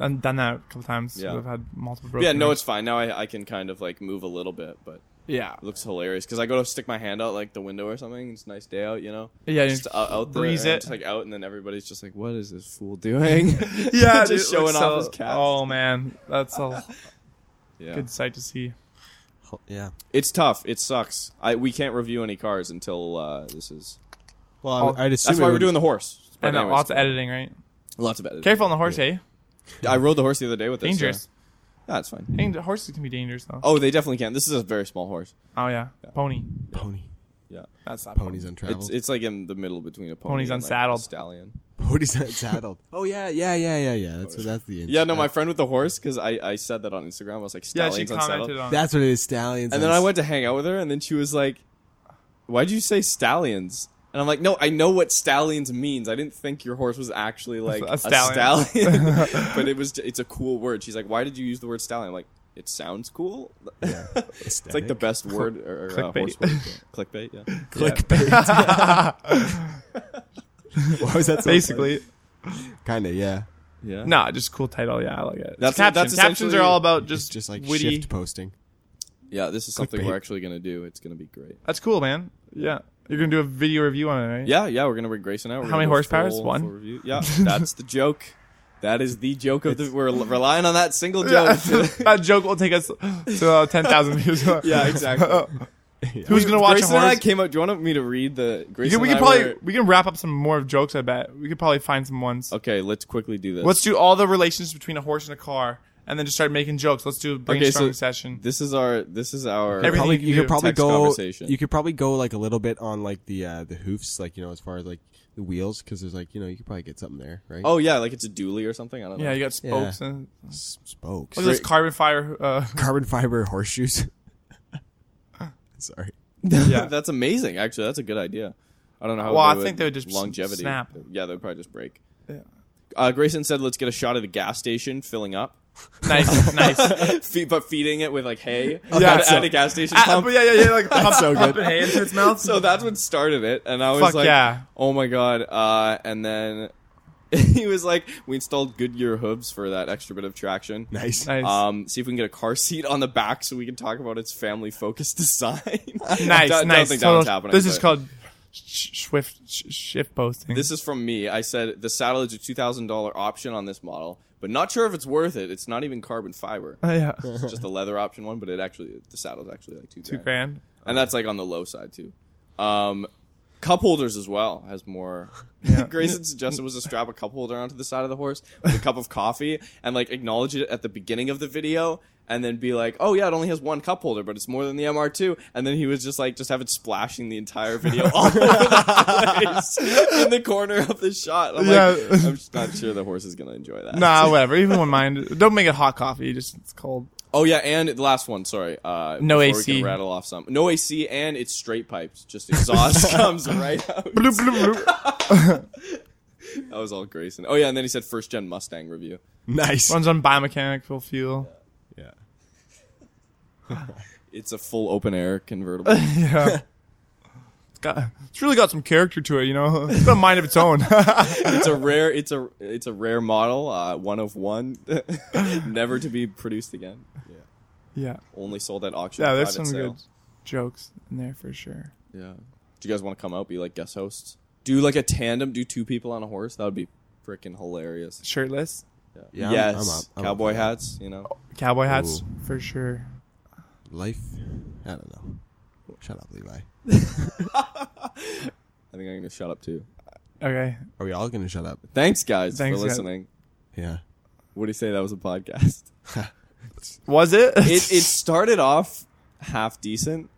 C: I've done that a couple times.
D: Yeah.
C: I've had multiple broken.
D: Yeah, no,
C: ribs.
D: it's fine. Now I, I can kind of like move a little bit, but
C: yeah,
D: it looks hilarious because I go to stick my hand out like the window or something. It's a nice day out, you know.
C: Yeah, you
D: just out, out there,
C: breeze
D: and
C: it.
D: just, like out, and then everybody's just like, "What is this fool doing?"
C: yeah,
D: just
C: dude, it looks
D: showing off
C: so-
D: his cast.
C: Oh man, that's a
D: yeah.
C: good sight to see.
A: Yeah.
D: It's tough. It sucks. I we can't review any cars until uh, this is.
A: Well, I, I'd assume
D: That's why
A: it
D: we're
A: would-
D: doing the horse. But
C: And uh,
D: anyways,
C: lots of editing, right?
D: Lots of editing.
C: Careful on the horse, hey?
D: I rode the horse the other day with this.
C: Dangerous.
D: That's fine.
C: Dang, the horses can be dangerous though. Oh,
D: Oh, they definitely can. This is a very small horse.
C: yeah. pony.
A: pony.
D: Yeah,
C: That's not
A: Ponies untraveled.
D: it's it's like in the middle between a pony
C: Pony's
D: and, like,
C: unsaddled.
D: a stallion.
A: Pony's unsaddled. oh yeah, yeah, yeah, yeah, yeah. That's that's the
D: Yeah, no, my friend with the horse because I, I said that on Instagram. I was like,
C: Yeah,
D: stallions
C: she
D: unsaddled.
C: commented on.
A: That's what it is. Stallions.
D: And then I went to hang out with her, and then she was like, "Why'd you say stallions?" And I'm like, "No, I know what stallions means. I didn't think your horse was actually like
C: A
D: a
C: stallion."
D: stallion, but it was. It's a cool word." She's like, "Why did you use the word stallion?" I'm like, it sounds cool. it's like
E: Aesthetic.
D: the best word or, or, uh,
C: Clickbait.
D: horse word. Yeah. Clickbait, yeah.
E: Why was that so
C: Basically,
A: Kind of, yeah.
D: Yeah.
C: nah, just cool title. Yeah, I like it.
D: That's-
C: It's caption.
D: that's
C: captions
D: essentially-
C: are all about
A: It's
C: just
A: just like
C: witty.
A: shift posting.
D: Yeah, this is something
E: Clickbait.
D: we're actually going to do. It's going to be great.
C: That's cool, man. Yeah, you're gonna do a video review on it, right?
D: Yeah, yeah, we're going to bring Grayson out. We're
C: How
D: gonna
C: many
D: do a
C: horsepowers?
D: full-
C: One?
D: full review. Yeah, that's the joke. That is the joke of the. We're l- relying on that single joke.
C: that joke will take us to uh, ten thousand views.
D: yeah, exactly.
C: Who's gonna watch
D: Grayson
C: a
D: and I
C: horse?
D: came up. Do you want me to read the
C: We
D: Grayson?
C: can, we
D: and
C: can
D: I
C: probably
D: were-
C: we can wrap up some more of jokes. I bet we could probably find some ones.
D: okay, let's quickly do this.
C: Let's do all the relations between a horse and a car, and then just start making jokes. Let's do a brainstorming
D: so-
C: session.
D: This is our. This is our.
C: Everything
A: Probably,
C: you can
A: you
C: do,
A: could probably
D: text
A: go.
D: conversation.
A: You could probably go like a little bit on like the uh, the hoofs, like you know, as far as like the wheels, because there's like you know you could probably get something there, right?
D: Oh yeah, like it's a dually or something. I don't know.
C: yeah, you got spokes and
A: S- spokes,
C: look at this carbon fiber. Uh,
A: carbon fiber horseshoes. Sorry,
D: yeah, that's amazing. Actually, that's a good idea. I don't know how.
C: Well, I
D: would-
C: think they would just s-
D: longevity.
C: snap.
D: Yeah, they would probably just break.
C: Yeah.
D: Uh, Grayson said, "Let's get a shot of the gas station filling up,
C: nice, nice.
D: Fe- but feeding it with like hay
C: Yeah.
D: at, at a gas station
C: Ah,
D: pump."
C: but yeah, yeah, yeah. Like pump, so good. Pump hay into its mouth.
D: So that's what started it, and I was
C: Fuck
D: like,
C: yeah.
D: "Oh my god!" Uh, and then he was like, "We installed Goodyear hooves for that extra bit of traction."
A: nice.
C: nice.
D: Um, see if we can get a car seat on the back so we can talk about its family focused design.
C: nice,
D: Don't- don't
C: nice.
D: think that
C: Total-
D: one's happening,
C: this is
D: but-
C: called sh- swift sh- shift posting.
D: This is from me. I said the saddle is a two thousand dollar option on this model, but not sure if it's worth it. It's not even carbon fiber.
C: Oh, yeah,
D: It's just a leather option one, but it actually the saddle's actually like two,
C: two
D: grand.
C: grand.
D: and that's like on the low side too. Um, cup holders as well has more. Grayson suggested was to strap a cup holder onto the side of the horse with a cup of coffee and like acknowledge it at the beginning of the video. And then be like, oh yeah, it only has one cup holder, but it's more than the MR2. And then he was just like, just have it splashing the entire video all over the place in the corner of the shot. I'm
C: Yeah.
D: like, I'm just not sure the horse is gonna enjoy that.
C: Nah, whatever. Even one mind. Don't make it hot coffee. Just it's cold.
D: Oh yeah, and the last one. Sorry. Uh,
C: No
D: before We
C: AC.
D: can rattle off some. No AC, and it's straight pipes. Just exhaust comes right out.
C: Bloop, bloop, bloop.
D: That was all Grayson. Oh yeah, and then he said first gen Mustang review.
E: Nice.
C: Runs on biomechanical fuel.
E: Yeah.
D: It's a full open air convertible.
C: Yeah. It's got, it's really got some character to it, you know. It's got a mind of its own.
D: it's a rare. It's a it's a rare model. Uh, one of one, never to be produced again.
C: yeah,
D: Only sold at auction.
C: yeah.
D: and
C: There's some
D: private sale.
C: good jokes in there for sure.
D: Yeah. Do you guys want to come out? Be like guest hosts. Do like a tandem. Do two people on a horse. That would be freaking hilarious.
C: Shirtless,
A: Yeah, I'm-
D: yes.
A: I'm up. I'm up
D: Cowboy
A: for that.
D: hats. You know.
C: cowboy hats
A: Ooh.
C: for sure.
A: Life, I don't know. Shut up, Levi.
D: I think I'm gonna shut up too.
C: Okay,
A: Are we all gonna shut up?
D: Thanks guys
C: Thanks,
D: for
C: guys.
D: listening.
A: Yeah.
D: What do you say that was a podcast?
C: was it?
D: it it started off half decent,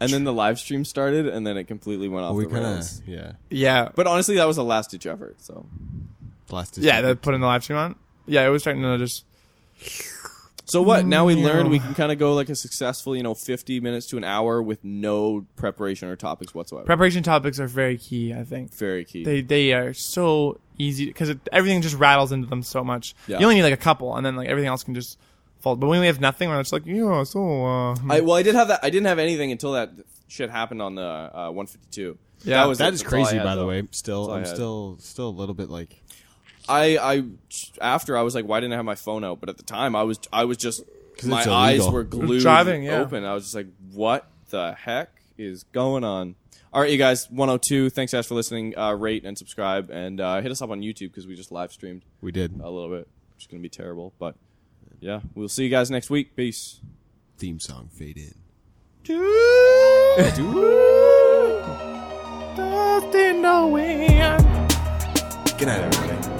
D: and then the live stream started, and then it completely went off
A: we
D: the
A: kind of
D: rails.
A: yeah.
C: yeah,
D: But honestly, that was a last ditch effort. So
A: Last
C: yeah. That putting the live stream on. Yeah, it was starting to just.
D: so what? Now we
C: Mm, Yeah.
D: learned we can kind of go like a successful, you know, fifty minutes to an hour with no preparation or topics whatsoever.
C: Preparation topics are very key. I think
D: Very key.
C: they they are so easy because everything just rattles into them so much.
D: Yeah.
C: You only need like a couple, and then like everything else can just fall. But when we have nothing, we're just like, yeah, so uh,
D: I, well, I did have that. I didn't have anything until that shit happened on the uh, one fifty two.
C: Yeah,
D: that was
A: that
D: it.
A: is
D: That's all I
A: crazy,
D: had,
A: by the
D: though.
A: way. Still,
D: all I
A: I'm
D: had.
A: still, still a little bit like
D: I, I after I was like, why didn't I have my phone out? But at the time, I was I was just my
A: it's
D: eyes
A: illegal.
D: were glued
C: Driving, yeah.
D: open. I was just like, what the heck is going on? All right, you guys, 102. Thanks guys for listening. Uh, rate and subscribe, and uh, hit us up on YouTube because we just live streamed
A: we did
D: a little bit, which is gonna be terrible. But yeah, we'll see you guys next week. Peace.
A: theme song fade in.
C: Dusty Nolan.
A: Good night, everybody.